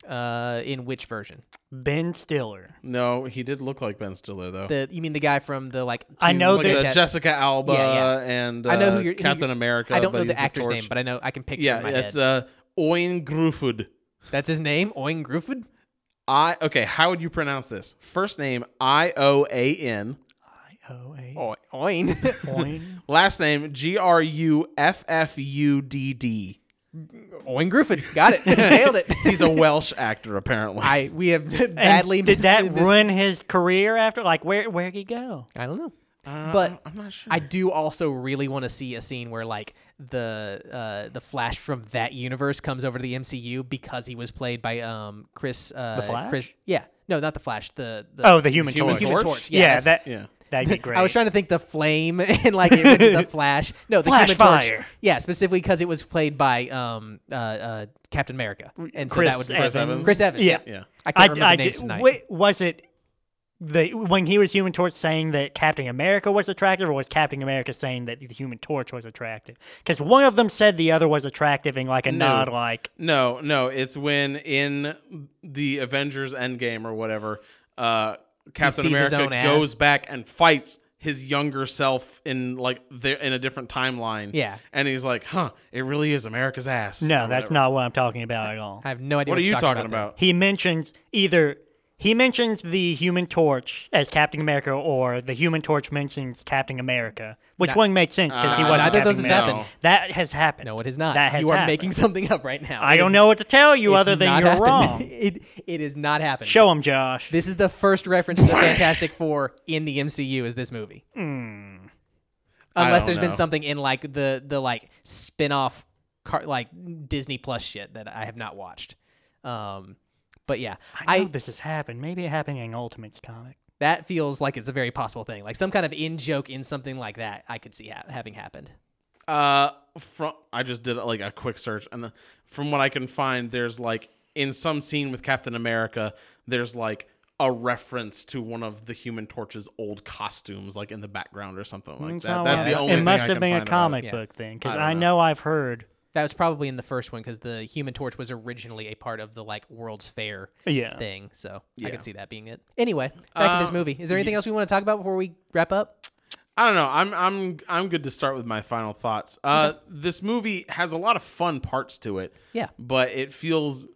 S2: Uh, in which version?
S3: Ben Stiller.
S1: No, he did look like Ben Stiller though.
S2: The you mean the guy from the like?
S3: I
S2: two-
S3: know
S1: like
S3: the-
S1: uh,
S2: that-
S1: Jessica Alba
S2: Yeah, yeah.
S1: and uh,
S2: I know who you're who
S1: Captain
S2: you're-
S1: America.
S2: I don't
S1: Oh, but
S2: know
S1: he's
S2: the actor's name,
S1: torch.
S2: but I know I can picture it
S1: yeah,
S2: in my
S1: it's
S2: head.
S1: uh, Oin Grufud.
S2: That's his name, Owen Gruffudd.
S1: I okay. How would you pronounce this first name? I O A N.
S3: Oh, a
S2: Owen.
S3: coin.
S1: Last name G R U F F U D D.
S2: Owen Gruffudd. Got it. Nailed it.
S1: He's a Welsh actor apparently.
S2: I we have
S3: And
S2: badly
S3: did that
S2: missed this-
S3: ruin his career after? Like, where where'd he go?
S2: I don't know. but
S1: Uh, I'm not sure.
S2: I do also really want to see a scene where like the uh, the Flash from that universe comes over to the MCU because he was played by um Chris uh,
S3: Flash?
S2: Chris yeah no not the Flash the, the
S3: Oh, the Human,
S1: Human
S3: Torch.
S1: Torch?
S2: yeah,
S3: Yeah,
S2: that's-
S3: that
S1: yeah.
S3: that'd be great.
S2: I was trying to think the flame and like it went to the Flash no the
S3: Flash
S2: Human Torch.
S3: fire.
S2: yeah specifically because it was played by um uh, uh Captain America and so
S3: Chris
S2: that would
S3: Evans.
S2: Chris Evans
S3: Yeah.
S1: yeah.
S2: I can't remember
S3: I
S2: names
S3: did-
S2: tonight
S3: wa- was it the when he was Human Torch saying that Captain America was attractive, or was Captain America saying that the Human Torch was attractive? Because one of them said the other was attractive, and like a
S1: No.
S3: nod, like
S1: No, no, it's when in the Avengers Endgame or whatever, uh, Captain
S2: sees his
S1: America
S2: own ad.
S1: goes back and fights his younger self in like there in a different timeline.
S2: Yeah.
S1: and he's like, "Huh, it really is America's ass."
S3: no,
S1: or
S3: that's
S1: whatever.
S3: not what I'm talking about at all.
S2: I have no idea
S1: What are you
S2: you're
S1: talking about?
S3: He mentions either he mentions the Human Torch as Captain America, or the Human Torch mentions Captain America. Which one makes sense because he
S1: Uh,
S3: wasn't.
S2: neither of
S3: Captain
S2: those has
S3: America.
S1: happened.
S3: That has happened.
S2: No, it is not.
S3: That has
S2: you are
S3: happened.
S2: making something up right now.
S3: I
S2: It is-
S3: don't know what to tell you
S2: it's
S3: other than
S2: not
S3: you're
S2: happened.
S3: wrong.
S2: it it is not happening.
S3: Show him, Josh.
S2: This is the first reference to the Fantastic Four in the MCU. Is this movie? Unless
S1: don't
S2: there's been
S1: know.
S2: something in like the the like spin-off car, like Disney Plus shit that I have not watched. Um, but yeah,
S3: I know this has happened. Maybe it happened in Ultimates comic.
S2: that feels like it's a very possible thing. Like some kind of in joke in something like that. I could see ha- having happened.
S1: Uh, from I just did like a quick search, and the, from what I can find, there's like in some scene with Captain America, there's like a reference to one of the Human Torch's old costumes, like in the background or something like
S3: It's
S1: that.
S3: not
S1: That's
S3: one
S1: the
S3: of
S1: only thing
S3: those. Mm, oh, It must
S1: I
S3: have
S1: can
S3: been a
S1: find about it.
S3: comic
S2: Yeah.
S3: book thing because
S1: I
S3: I,
S1: don't
S3: know I've heard.
S2: That was probably in the first one because the Human Torch was originally a part of the like World's Fair
S3: Yeah.
S2: thing. So I
S1: Yeah.
S2: could see that being it. Anyway, back to this
S1: Uh,
S2: movie. Is there anything else we want to talk about before we wrap up?
S1: I don't know. I'm I'm I'm good to start with my final thoughts. Uh, this movie has a lot of fun parts to it.
S2: Yeah.
S1: but it feels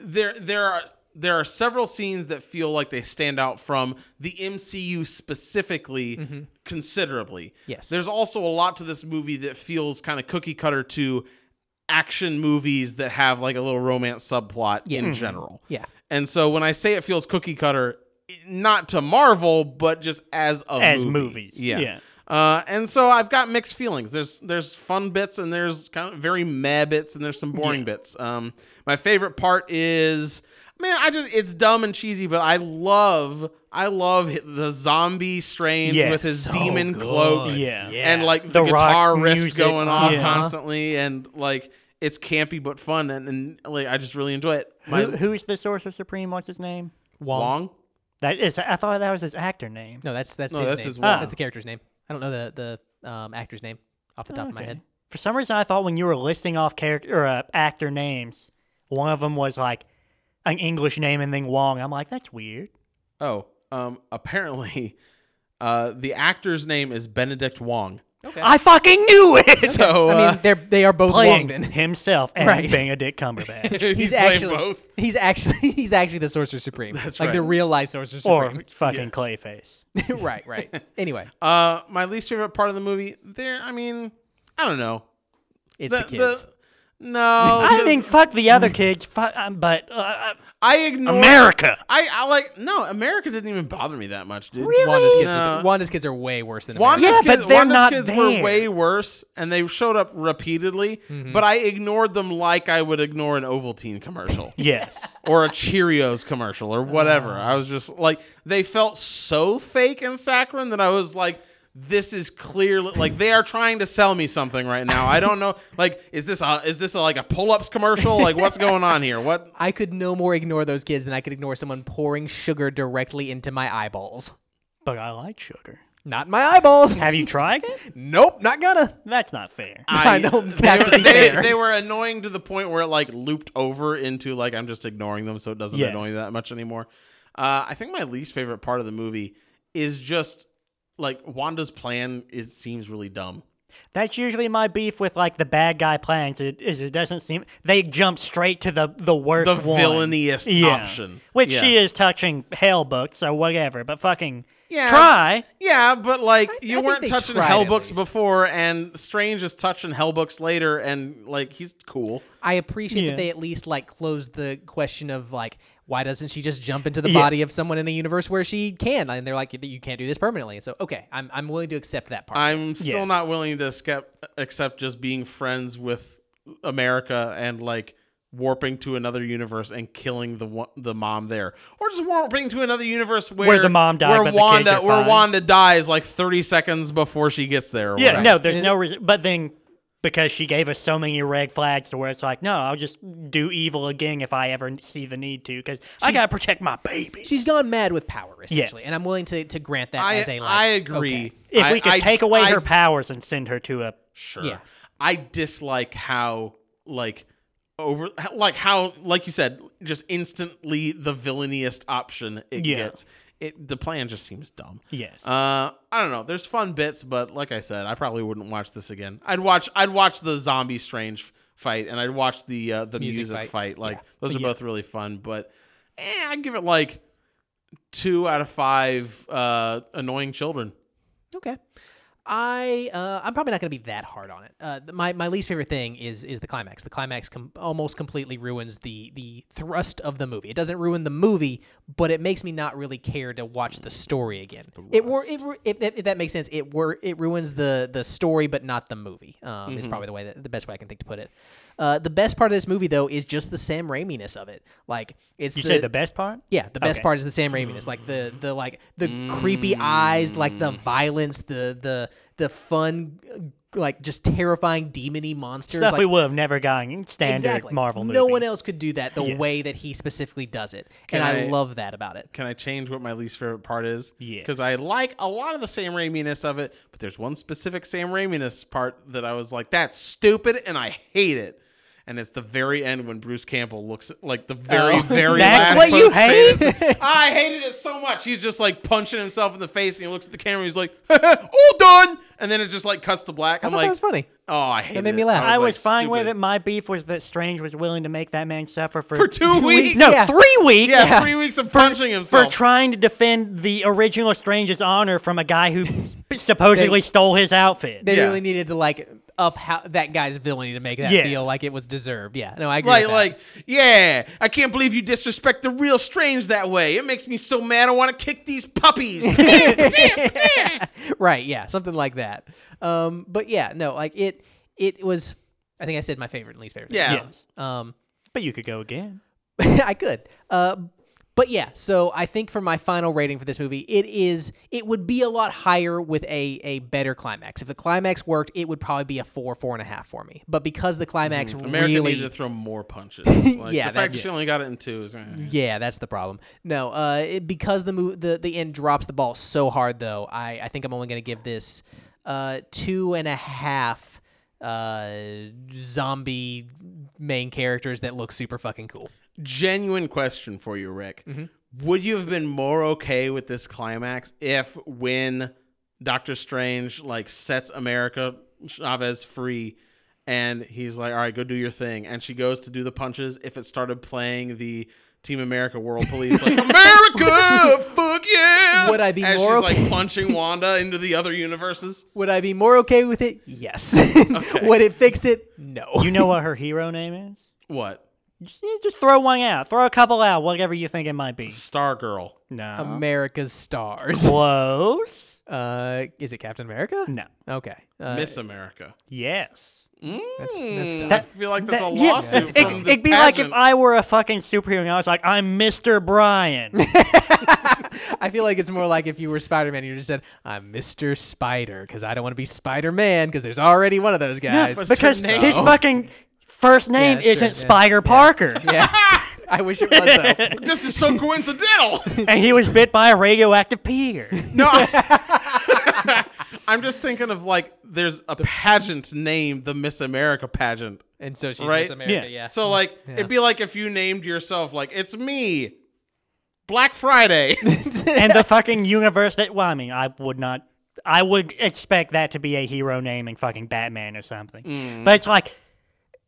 S1: there there are there are several scenes that feel like they stand out from the MCU specifically considerably.
S2: Mm-hmm. Yes.
S1: There's also a lot to this movie that feels kind of cookie cutter to action movies that have like a little romance subplot in general.
S2: Yeah.
S1: And so when I say it feels cookie cutter, not to Marvel, but just as a
S3: As
S1: movie.
S3: movies,
S1: Yeah.
S3: yeah.
S1: Uh, and so I've got mixed feelings. There's there's fun bits and there's kind of very meh bits and there's some boring bits. Um, my favorite part is man, I just it's dumb and cheesy, but I love I love hi- the zombie strains
S3: Yes.
S1: with his
S3: So
S1: demon cloak.
S3: Yeah. Yeah.
S1: and like the,
S3: The rock
S1: guitar riffs
S3: music.
S1: going off
S3: Yeah.
S1: constantly, and like it's campy but fun, and, and like I just really enjoy it. My
S3: Who, who's the Sorcerer Supreme? What's his name?
S1: Wong?
S3: That is. I thought that was his actor name.
S2: No, that's that's
S1: No,
S2: his
S1: that's
S2: name.
S3: Ah.
S1: his one.
S2: That's the character's name. I don't know the the um, actor's name off the top of my
S3: Okay.
S2: head.
S3: For some reason, I thought when you were listing off character or uh, actor names, one of them was like an English name and then Wong. I'm like, that's weird.
S1: Oh, um, apparently, uh, the actor's name is Benedict Wong.
S3: I fucking knew it.
S1: So
S2: I
S1: uh,
S2: mean, they're they are both Wong
S3: Playing
S2: then.
S3: himself and
S2: Right.
S3: Benedict Cumberbatch.
S1: he's,
S2: He's
S1: playing
S2: actually
S1: both.
S2: he's actually he's actually the Sorcerer Supreme. That's like the
S1: right.
S2: real life Sorcerer
S3: Or
S2: Supreme.
S3: fucking Clayface.
S2: right, right. Anyway,
S1: Uh, my least favorite part of the movie. There, I mean, I don't know.
S2: it's the,
S1: The-
S2: kids.
S1: the- no,
S3: I
S1: because
S3: mean, fuck the other kids, fuck, um, but uh, uh,
S1: I ignore
S3: America.
S1: I, I like no. America didn't even bother me that much, dude.
S2: Wanda's kids.
S1: No.
S2: Are, Wanda's kids are way worse than America.
S1: Wanda's
S3: Yeah,
S1: kids,
S3: but they're
S1: Wanda's
S3: not
S1: kids were
S3: there.
S1: way worse, and they showed up repeatedly.
S2: Mm-hmm.
S1: But I ignored them like I would ignore an Ovaltine commercial.
S3: Yes.
S1: or a Cheerios
S2: Oh.
S1: commercial or whatever. I was just like, they felt so fake and saccharine that I was like, this is clearly like they are trying to sell me something right now. I don't know. Like, is this a, is this a, like a pull ups commercial? Like, what's going on here? What?
S2: I could no more ignore those kids than I could ignore someone pouring sugar directly into my eyeballs.
S3: But I like sugar.
S2: Not my eyeballs.
S3: Have you tried it?
S2: Nope, not gonna.
S3: That's not fair.
S2: I know,
S1: They
S2: that
S1: were,
S2: to be
S1: they-
S2: fair.
S1: they were annoying to the point where it like looped over into like I'm just ignoring them, so it doesn't
S3: Yes.
S1: annoy me that much anymore. Uh, I think my least favorite part of the movie is just like Wanda's plan. It seems really dumb.
S3: That's usually my beef with like the bad guy plans. It, is it doesn't seem they jump straight to the the worst,
S1: The
S3: one.
S1: villainiest
S3: Yeah.
S1: option,
S3: which
S1: yeah.
S3: she is touching hell books, so whatever. But fucking
S1: Yeah.
S3: try.
S1: Yeah, but like you
S2: think
S1: weren't
S2: they
S1: touching
S2: tried
S1: hell
S2: at
S1: books
S2: least.
S1: before, and Strange is touching hell books later, and like he's cool.
S2: I appreciate
S3: Yeah.
S2: that they at least like closed the question of like why doesn't she just jump into the
S3: Yeah.
S2: body of someone in a universe where she can? And they're like, you can't do this permanently. And so, okay, I'm I'm willing to accept that part.
S1: I'm still
S3: Yes.
S1: not willing to accept, accept just being friends with America and like warping to another universe and killing the wo- the mom there, or just warping to another universe where,
S3: the mom died,
S1: where
S3: but the kids
S1: Wanda
S3: are
S1: where
S3: fine.
S1: Wanda dies like 30 seconds before she gets there. or
S3: Yeah,
S1: whatever.
S3: no, there's no reason. But then because she gave us so many red flags to where it's like, no, I'll just do evil again if I ever see the need to, because I gotta protect my baby.
S2: She's gone mad with power essentially,
S3: Yes.
S2: and I'm willing to, to grant that
S1: I,
S2: as a like.
S1: I agree.
S2: okay.
S3: If
S1: I-
S3: we could
S1: I-
S3: take away
S1: I
S3: her powers and send her to a
S1: Sure.
S2: Yeah.
S1: I dislike how like over like how like you said just instantly the villainiest option it
S3: Yeah.
S1: gets. It the plan just seems dumb.
S3: yes.
S1: Uh I don't know. There's fun bits, but like I said, I probably wouldn't watch this again. I'd watch I'd watch the zombie strange fight and I'd watch the uh, the music,
S2: Music
S1: fight.
S2: fight.
S1: Like those are
S3: Yeah.
S1: both really fun, but eh, I give it like 2 out of 5 uh annoying children.
S2: Okay. I uh, I'm probably not going to be that hard on it. Uh, th- my my least favorite thing is is the climax. The climax com- almost completely ruins the the thrust of the movie. It doesn't ruin the movie, but it makes me not really care to watch the story again. It were it, ru- if, if, if that makes sense. It were it ruins the the story, but not the movie. Um,
S3: Mm-hmm.
S2: is probably the way that, the best way I can think to put it. Uh, the best part of this movie though is just the Sam Raiminess of it. Like it's
S3: you
S2: the,
S3: say the best part?
S2: yeah, the best
S3: Okay.
S2: part is the Sam Raimi. It's like the the like the creepy eyes, like the violence, the the the fun, uh, like just terrifying demony monsters.
S3: Stuff
S2: like,
S3: we would have never gotten standard
S2: exactly.
S3: Marvel movie.
S2: No one else could do that the way that he specifically does it, and I,
S1: I-
S2: love that about it.
S1: can I change what my least favorite part is?
S3: Yes.
S1: Because I like a lot of the Sam Raiminess of it, but there's one specific Sam Raiminess part that I was like, that's stupid and I hate it. And it's the very end when Bruce Campbell looks at, like the very, very
S3: Oh, That's
S1: last
S3: what you
S1: post-credits.
S3: hate?
S1: I hated it so much. He's just like punching himself in the face and he looks at the camera and he's like, all done. And then it just like cuts to black.
S2: I
S1: I'm
S2: thought
S1: like,
S2: that was funny.
S1: oh, I hated
S2: made me
S1: it.
S2: laugh.
S3: I was,
S1: like,
S3: fine with
S1: stupid.
S3: it. My beef was that Strange was willing to make that man suffer for,
S1: For two weeks.
S3: No,
S2: Yeah.
S3: three weeks.
S1: Yeah, three weeks of punching
S3: For
S1: himself.
S3: trying to defend the original Strange's honor from a guy who supposedly stole his outfit.
S2: They
S1: Yeah.
S2: really needed to like up how, that guy's villainy to make that
S3: Yeah.
S2: feel like it was deserved. Yeah, no, I agree.
S1: Like,
S2: with that.
S1: like, yeah, I can't believe you disrespect the real strange that way. It makes me so mad. I want to kick these puppies.
S2: right yeah something like that um but yeah no like it it was i think i said my favorite and least favorite things.
S1: Yeah.
S3: Yes.
S2: um
S3: But you could go again.
S2: i could uh but yeah so i think for my final rating for this movie it is it would be a lot higher with a a better climax if the climax worked it would probably be a four four and a half for me but because the climax
S1: Mm-hmm. America
S2: really
S1: needed to throw more punches. Like,
S2: Yeah,
S1: the fact
S2: that-
S1: she only got it in two is eh.
S2: Yeah, that's the problem. No, uh, it, because the, mo- the the end drops the ball so hard, though, I, I think I'm only going to give this uh, two and a half uh, zombie main characters that look super fucking cool.
S1: genuine question for you, Rick.
S2: Mm-hmm.
S1: Would you have been more okay with this climax if, when Doctor Strange like sets America Chavez free, and he's like, "All right, go do your thing," and she goes to do the punches, if it started playing the Team America World Police, like America, fuck yeah!
S2: Would I be
S1: as
S2: more
S1: she's
S2: okay-
S1: like punching Wanda into the other universes?
S2: Would I be more okay with it? Yes. Would it fix it? No.
S3: You know what her hero name is?
S1: What
S3: Just, you just throw one out. Throw a couple out, whatever you think it might be.
S2: Uh-huh.
S1: um, Star Girl?
S3: No.
S2: America's stars.
S3: Close.
S2: Uh, is it Captain America?
S3: No.
S2: Okay. Uh,
S1: Miss America.
S3: Yes.
S2: that's, that's tough.
S1: I feel like that's a lawsuit
S3: it,
S1: from
S3: would
S1: the
S3: be like if
S1: pageant.
S3: I were a fucking superhero and I was like, I'm Mr. Brian.
S2: I feel like it's more like if you were Spider Man, you just said, "I'm Mister Spider" because I don't want to be Spider Man because there's already one of those guys.
S1: but-
S3: because
S1: No.
S3: his fucking first name
S2: that's true,
S3: isn't
S2: yeah.
S3: Spider Parker.
S2: yeah, I wish it was though.
S1: This is so coincidental.
S3: and he was bit by a radioactive peer.
S1: No. I- I'm just thinking of like there's a pageant named the Miss America pageant.
S2: And so she's
S1: Right?
S2: Miss America. Yeah.
S3: Yeah.
S1: So like it'd be like if you named yourself like it's me Black Friday.
S3: and the fucking universe that well, I mean, I would not I would expect that to be a hero name in fucking Batman or something.
S2: Mm.
S3: But it's like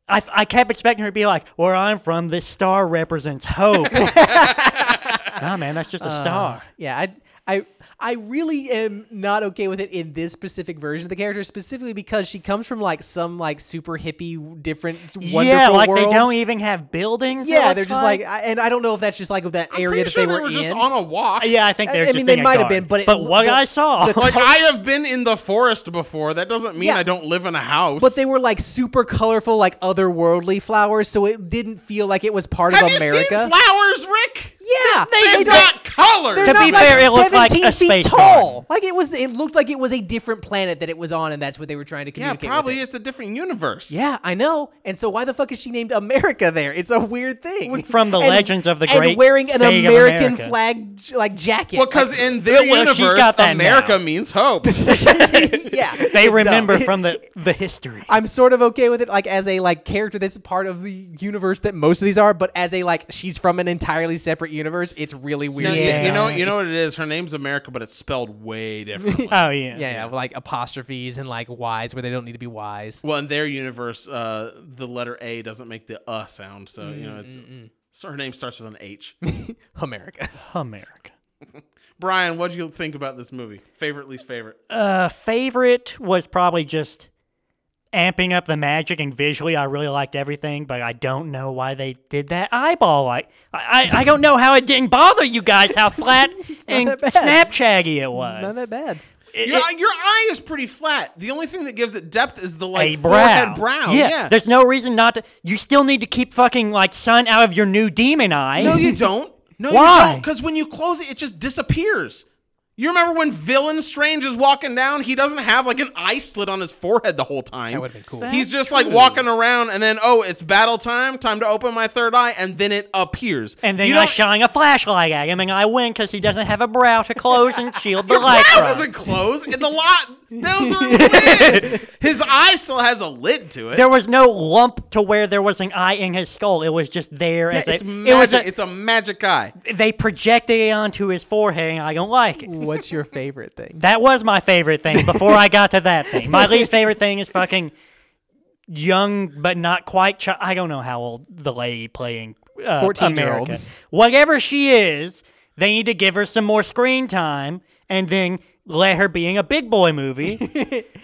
S3: I, I kept expecting her to be like, "Where I'm from, this star represents hope." nah, man, that's just a
S2: Uh,
S3: star.
S2: Yeah, I, I, I really am not okay with it in this specific version of the character, specifically because she comes from like some like super hippie, different, wonderful
S3: yeah, like
S2: world.
S3: they don't even have buildings. it
S2: yeah,
S3: looks
S2: they're just like, I, and I don't know if that's just like of that area
S1: Pretty
S2: that
S1: sure
S2: they, were, in.
S1: just on a walk.
S3: yeah, I think
S2: I-
S3: they're.
S2: I
S3: just
S2: mean, they
S3: in a
S2: might have
S3: garden.
S2: been, but it
S3: but
S2: l-
S3: what
S2: the-
S3: I saw,
S2: the
S1: Like I have been in the forest before. That doesn't mean
S2: Yeah.
S1: I don't live in a house.
S2: but they were like super colorful, like otherworldly flowers, so it didn't feel like it was part
S1: Have
S2: of America.
S1: you seen flowers, Rick?
S2: yeah,
S1: They've
S2: they don't-
S1: got colors.
S2: They're
S3: To
S2: not
S3: be
S2: like
S3: fair, it looked like
S2: 17
S3: a
S2: feet
S3: space
S2: tall.
S3: garden.
S2: Like it was, it looked like it was a different planet that it was on, and that's what they were trying to
S1: yeah,
S2: communicate. with
S1: probably
S2: it.
S1: it's a different universe.
S2: Yeah, I know. And so why the fuck is she named America there? It's a weird thing.
S3: From the legends of the
S2: and
S3: great
S2: wearing an
S3: state of
S2: American
S3: America.
S2: flag j- like jacket.
S1: Well, because
S2: Like,
S1: in their
S3: well, she's
S1: universe,
S3: got that
S1: America
S3: now.
S1: means hope.
S2: yeah, it's
S3: they
S2: dumb.
S3: remember from the the history.
S2: I'm sort of okay with it, like as a like character that's part of the universe that most of these are, but as a like she's from an entirely separate universe, it's really
S1: No, you-
S2: weird.
S3: Yeah.
S1: You know, you know what it is. Her name's America, but it's spelled way differently.
S3: oh yeah,
S2: yeah, yeah, like apostrophes and like Y's where they don't need to be Y's.
S1: well, in their universe, uh, the letter A doesn't make the uh sound, so you know
S3: Mm,
S1: it's. So her name starts with an H.
S2: America.
S3: America.
S1: Brian, what do you think about this movie? Favorite, least favorite?
S3: Uh, favorite was probably just amping up the magic and visually I really liked everything, but I don't know why they did that eyeball like I I, I don't know how it didn't bother you guys how flat and
S2: that bad.
S3: snapchaggy it was.
S2: Not that bad.
S3: It-
S1: Your,
S3: it-
S1: eye- your eye is pretty flat. The only thing that gives it depth is the
S3: a
S1: like
S3: brow.
S1: forehead brow.
S3: Yeah,
S1: Yeah.
S3: There's no reason not to you still need to keep fucking like sun out of your new demon eye.
S1: No, you don't. No,
S3: Why?
S1: you don't. Because when you close it, it just disappears. You remember when Villain Strange is walking down? He doesn't have like an eye slit on his forehead the whole time. That
S2: would've been cool.
S1: He's just like walking around, and then oh, it's battle time. Time to open my third eye, and then it appears.
S3: and then
S1: you
S3: I
S1: don't.
S3: shine a flashlight at him and I win because he doesn't have a brow to close and shield the
S1: your
S3: light
S1: brow
S3: from.
S1: doesn't close. It's a lot. Those are lids. His eye still has a lid to it.
S3: There was no lump to where there was an eye in his skull. It was just there.
S1: Yeah,
S3: as
S1: it's
S3: a,
S1: magic.
S3: It was a,
S1: it's a magic eye.
S3: they projected it onto his forehead, and I don't like it.
S2: What's your favorite thing?
S3: That was my favorite thing before I got to that thing. My least favorite thing is fucking young but not quite child. I don't know how old the lady playing uh,
S2: 14-year-old.
S3: America. Whatever she is, they need to give her some more screen time and then let her be in a big boy movie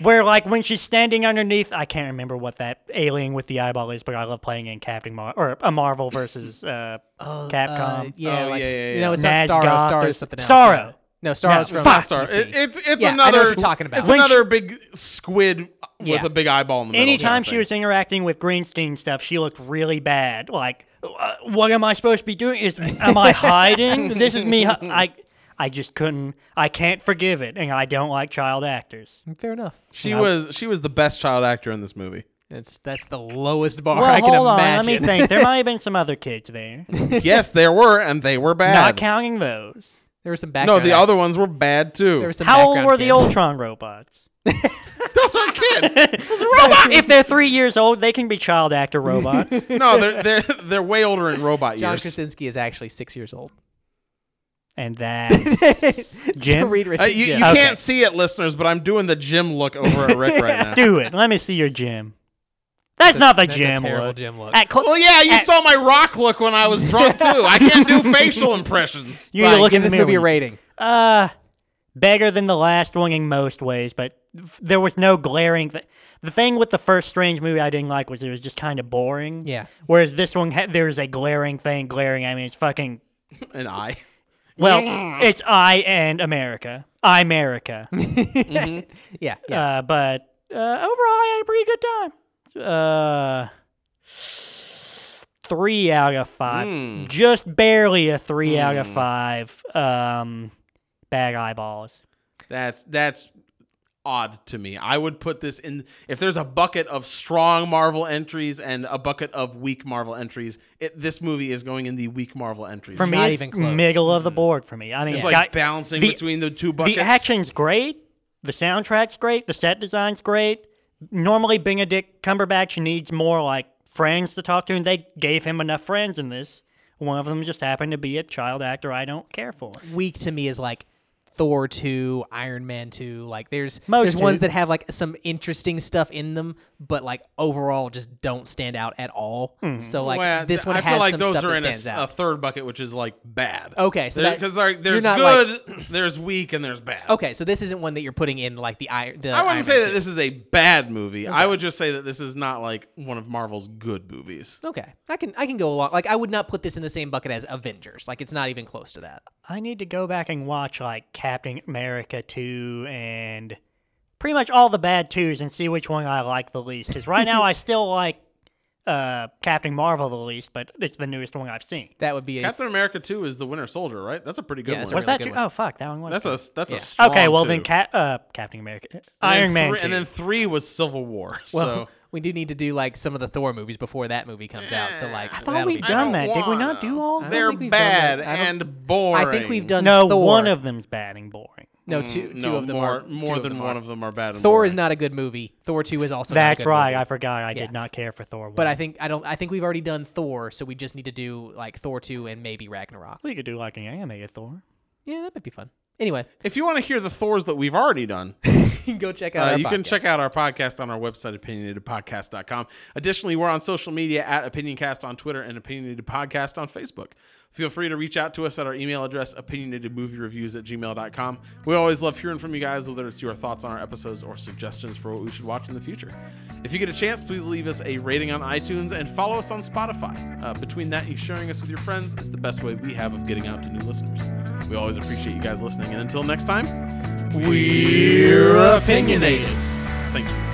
S3: where like when she's standing underneath I can't remember what that alien with the eyeball is but I love playing in Captain Mar or a Marvel versus uh, Capcom.
S2: Uh, yeah,
S1: Oh,
S2: like,
S1: yeah, yeah,
S2: no, it's not
S3: Naz
S2: Starro.
S3: Goth
S2: Starro
S3: or-
S2: is something else.
S3: Starro.
S2: No, Starro's
S3: No,
S2: from
S3: fuck.
S1: Sorry,
S2: DC.
S1: it, it's it's
S2: Yeah, I know what
S1: another.
S2: you're talking about.
S1: It's
S3: When
S1: another
S3: she-
S1: big squid with
S2: Yeah.
S1: a big eyeball in the middle.
S3: Anytime
S1: kind of
S3: she was interacting with Greenstein stuff, she looked really bad. Like, "Uh, what am I supposed to be doing? Is am I hiding? this is me. hi- I I just couldn't. I can't forgive it, and I don't like child actors.
S2: Fair enough.
S1: She was she was the best child actor in this movie.
S2: That's that's the lowest bar
S3: Well,
S2: I can
S3: hold on.
S2: imagine.
S3: Let me think. There might have been some other kids there,
S1: yes, there were, and they were
S3: not
S1: bad.
S3: counting those.
S2: there was some
S1: no,
S2: background.
S1: the other ones were bad too.
S2: There was some
S3: How old
S2: background
S3: were the
S2: kids.
S3: Ultron robots?
S1: Those are kids.
S3: if they're three years old, they can be child actor robots.
S1: no, they're they're they're way older in robot
S2: John
S1: years.
S2: Krasinski is actually six years old.
S3: and that
S2: To
S3: Jim,
S2: read
S1: Uh,
S2: Richard.
S1: you you
S2: Jim.
S3: Okay.
S1: can't see it, listeners, but I'm doing the Jim look over at Rick right now.
S3: do it. Let me see your Jim. That's, not the
S2: That's
S3: Jim
S2: a terrible
S3: look.
S2: Jim look.
S3: At cl-
S1: Well, yeah, you
S3: at-
S1: saw my rock look when I was drunk too. I can't do facial impressions.
S3: You need to
S2: Ryan,
S3: look
S2: give
S3: in the
S2: this
S3: mirror
S2: movie a
S3: when you-
S2: rating.
S3: Uh, better than the last one in most ways, but f- there was no glaring. Th- the thing with the first Strange movie I didn't like was it was just kind of boring.
S2: Yeah.
S3: Whereas this one, ha- there's a glaring thing glaring. I mean, it's fucking.
S1: An eye.
S3: Well, it's I and America. I America.
S2: Yeah, yeah.
S3: uh, but uh, overall, I had a pretty good time. Uh, three out of five,
S2: Hmm.
S3: just barely a three out of five. Um, bad eyeballs.
S1: That's that's odd to me. I would put this in if there's a bucket of strong Marvel entries and a bucket of weak Marvel entries. It, this movie is going in the weak Marvel entries.
S3: For me,
S2: not
S3: it's
S2: even close.
S3: middle of the board. For me, I
S1: Mm-hmm.
S3: mean,
S1: it's
S3: it's
S1: like
S3: got-
S1: balancing
S3: the-
S1: between the two buckets.
S3: The action's great. The soundtrack's great. The set design's great. Normally, Benedict Cumberbatch needs more like friends to talk to, and they gave him enough friends in this. One of them just happened to be a child actor I don't care for.
S2: weak to me is like Thor 2, Iron Man 2. Like there's
S3: Most
S2: there's ones
S3: do.
S2: that have like some interesting stuff in them, but like overall just don't stand out at all.
S3: Hmm.
S2: So like
S1: Well,
S2: this
S1: th-
S2: one
S1: I
S2: has
S1: feel like
S2: some
S1: those
S2: stuff
S1: are
S2: that
S1: in a,
S2: stands
S1: s- a
S2: out.
S1: third bucket, which is like bad.
S2: Okay, so that-
S1: because like
S2: you're
S1: there's
S2: not, like-
S1: good, there's weak, and there's bad.
S2: okay, so this isn't one that you're putting in like the I the
S1: I
S2: Iron
S1: wouldn't say
S2: Man
S1: that
S2: 2.
S1: this is a bad movie. I would just say that this is not like one of Marvel's good movies.
S2: Okay. I can I can go along. Like I would not put this in the same bucket as Avengers. Like it's not even close to that.
S3: I need to go back and watch like Captain America 2 and pretty much all the bad twos and see which one I like the least. Because right now I still like uh, Captain Marvel the least, but it's the newest one I've seen.
S2: That would be a
S1: Captain America Two is the Winter Soldier, right? That's a pretty good
S2: Yeah, that's
S1: one.
S2: a
S3: Was
S2: really
S3: that
S2: good
S3: two?
S2: one.
S3: Oh, fuck. That one was.
S1: That's
S3: two.
S1: a that's
S2: Yeah.
S1: a strong
S3: Okay, well then
S1: two.
S3: Cap- uh, Captain America,
S1: And then
S3: Iron Man,
S1: three-
S3: 2.
S1: and then three was Civil War.
S2: well,
S1: so
S2: we do need to do like some of the Thor movies before that movie comes out. So like
S3: I thought
S2: that'll
S3: we
S2: be fun.
S3: done that. Did we not do all?
S2: I don't
S1: they're
S2: think we've done that.
S1: bad
S2: I don't-
S1: and boring.
S2: I think we've done
S3: No,
S2: Thor.
S3: one of them's bad and boring.
S2: No, two,
S1: Mm,
S2: two
S1: no,
S2: of them
S1: more,
S2: are
S1: more
S2: two
S1: than
S2: them
S1: one
S2: are.
S1: of them are bad. And
S2: Thor
S1: boring.
S2: is not a good movie. Thor two is also
S3: That's
S2: not a good
S3: right.
S2: movie.
S3: I forgot. I
S2: Yeah.
S3: did not care for Thor.
S2: but
S3: one.
S2: I think I don't. I think we've already done Thor, so we just need to do like Thor two and maybe Ragnarok.
S3: we could do like an animated Thor.
S2: Yeah, that might be fun. Anyway,
S1: If you want to hear the Thors that we've already done,
S2: you can go check out.
S1: Uh,
S2: our
S1: you can
S2: podcast.
S1: check out our podcast on our website, opinionatedpodcast.com. Additionally, we're on social media at Opinioncast on Twitter and Opinionated Podcast on Facebook. Feel free to reach out to us at our email address, opinionatedmoviereviews at gmail.com. We always love hearing from you guys, whether it's your thoughts on our episodes or suggestions for what we should watch in the future. If you get a chance, please leave us a rating on iTunes and follow us on Spotify. Uh, between that and sharing us with your friends is the best way we have of getting out to new listeners. We always appreciate you guys listening. And until next time, we're opinionated. Thank you.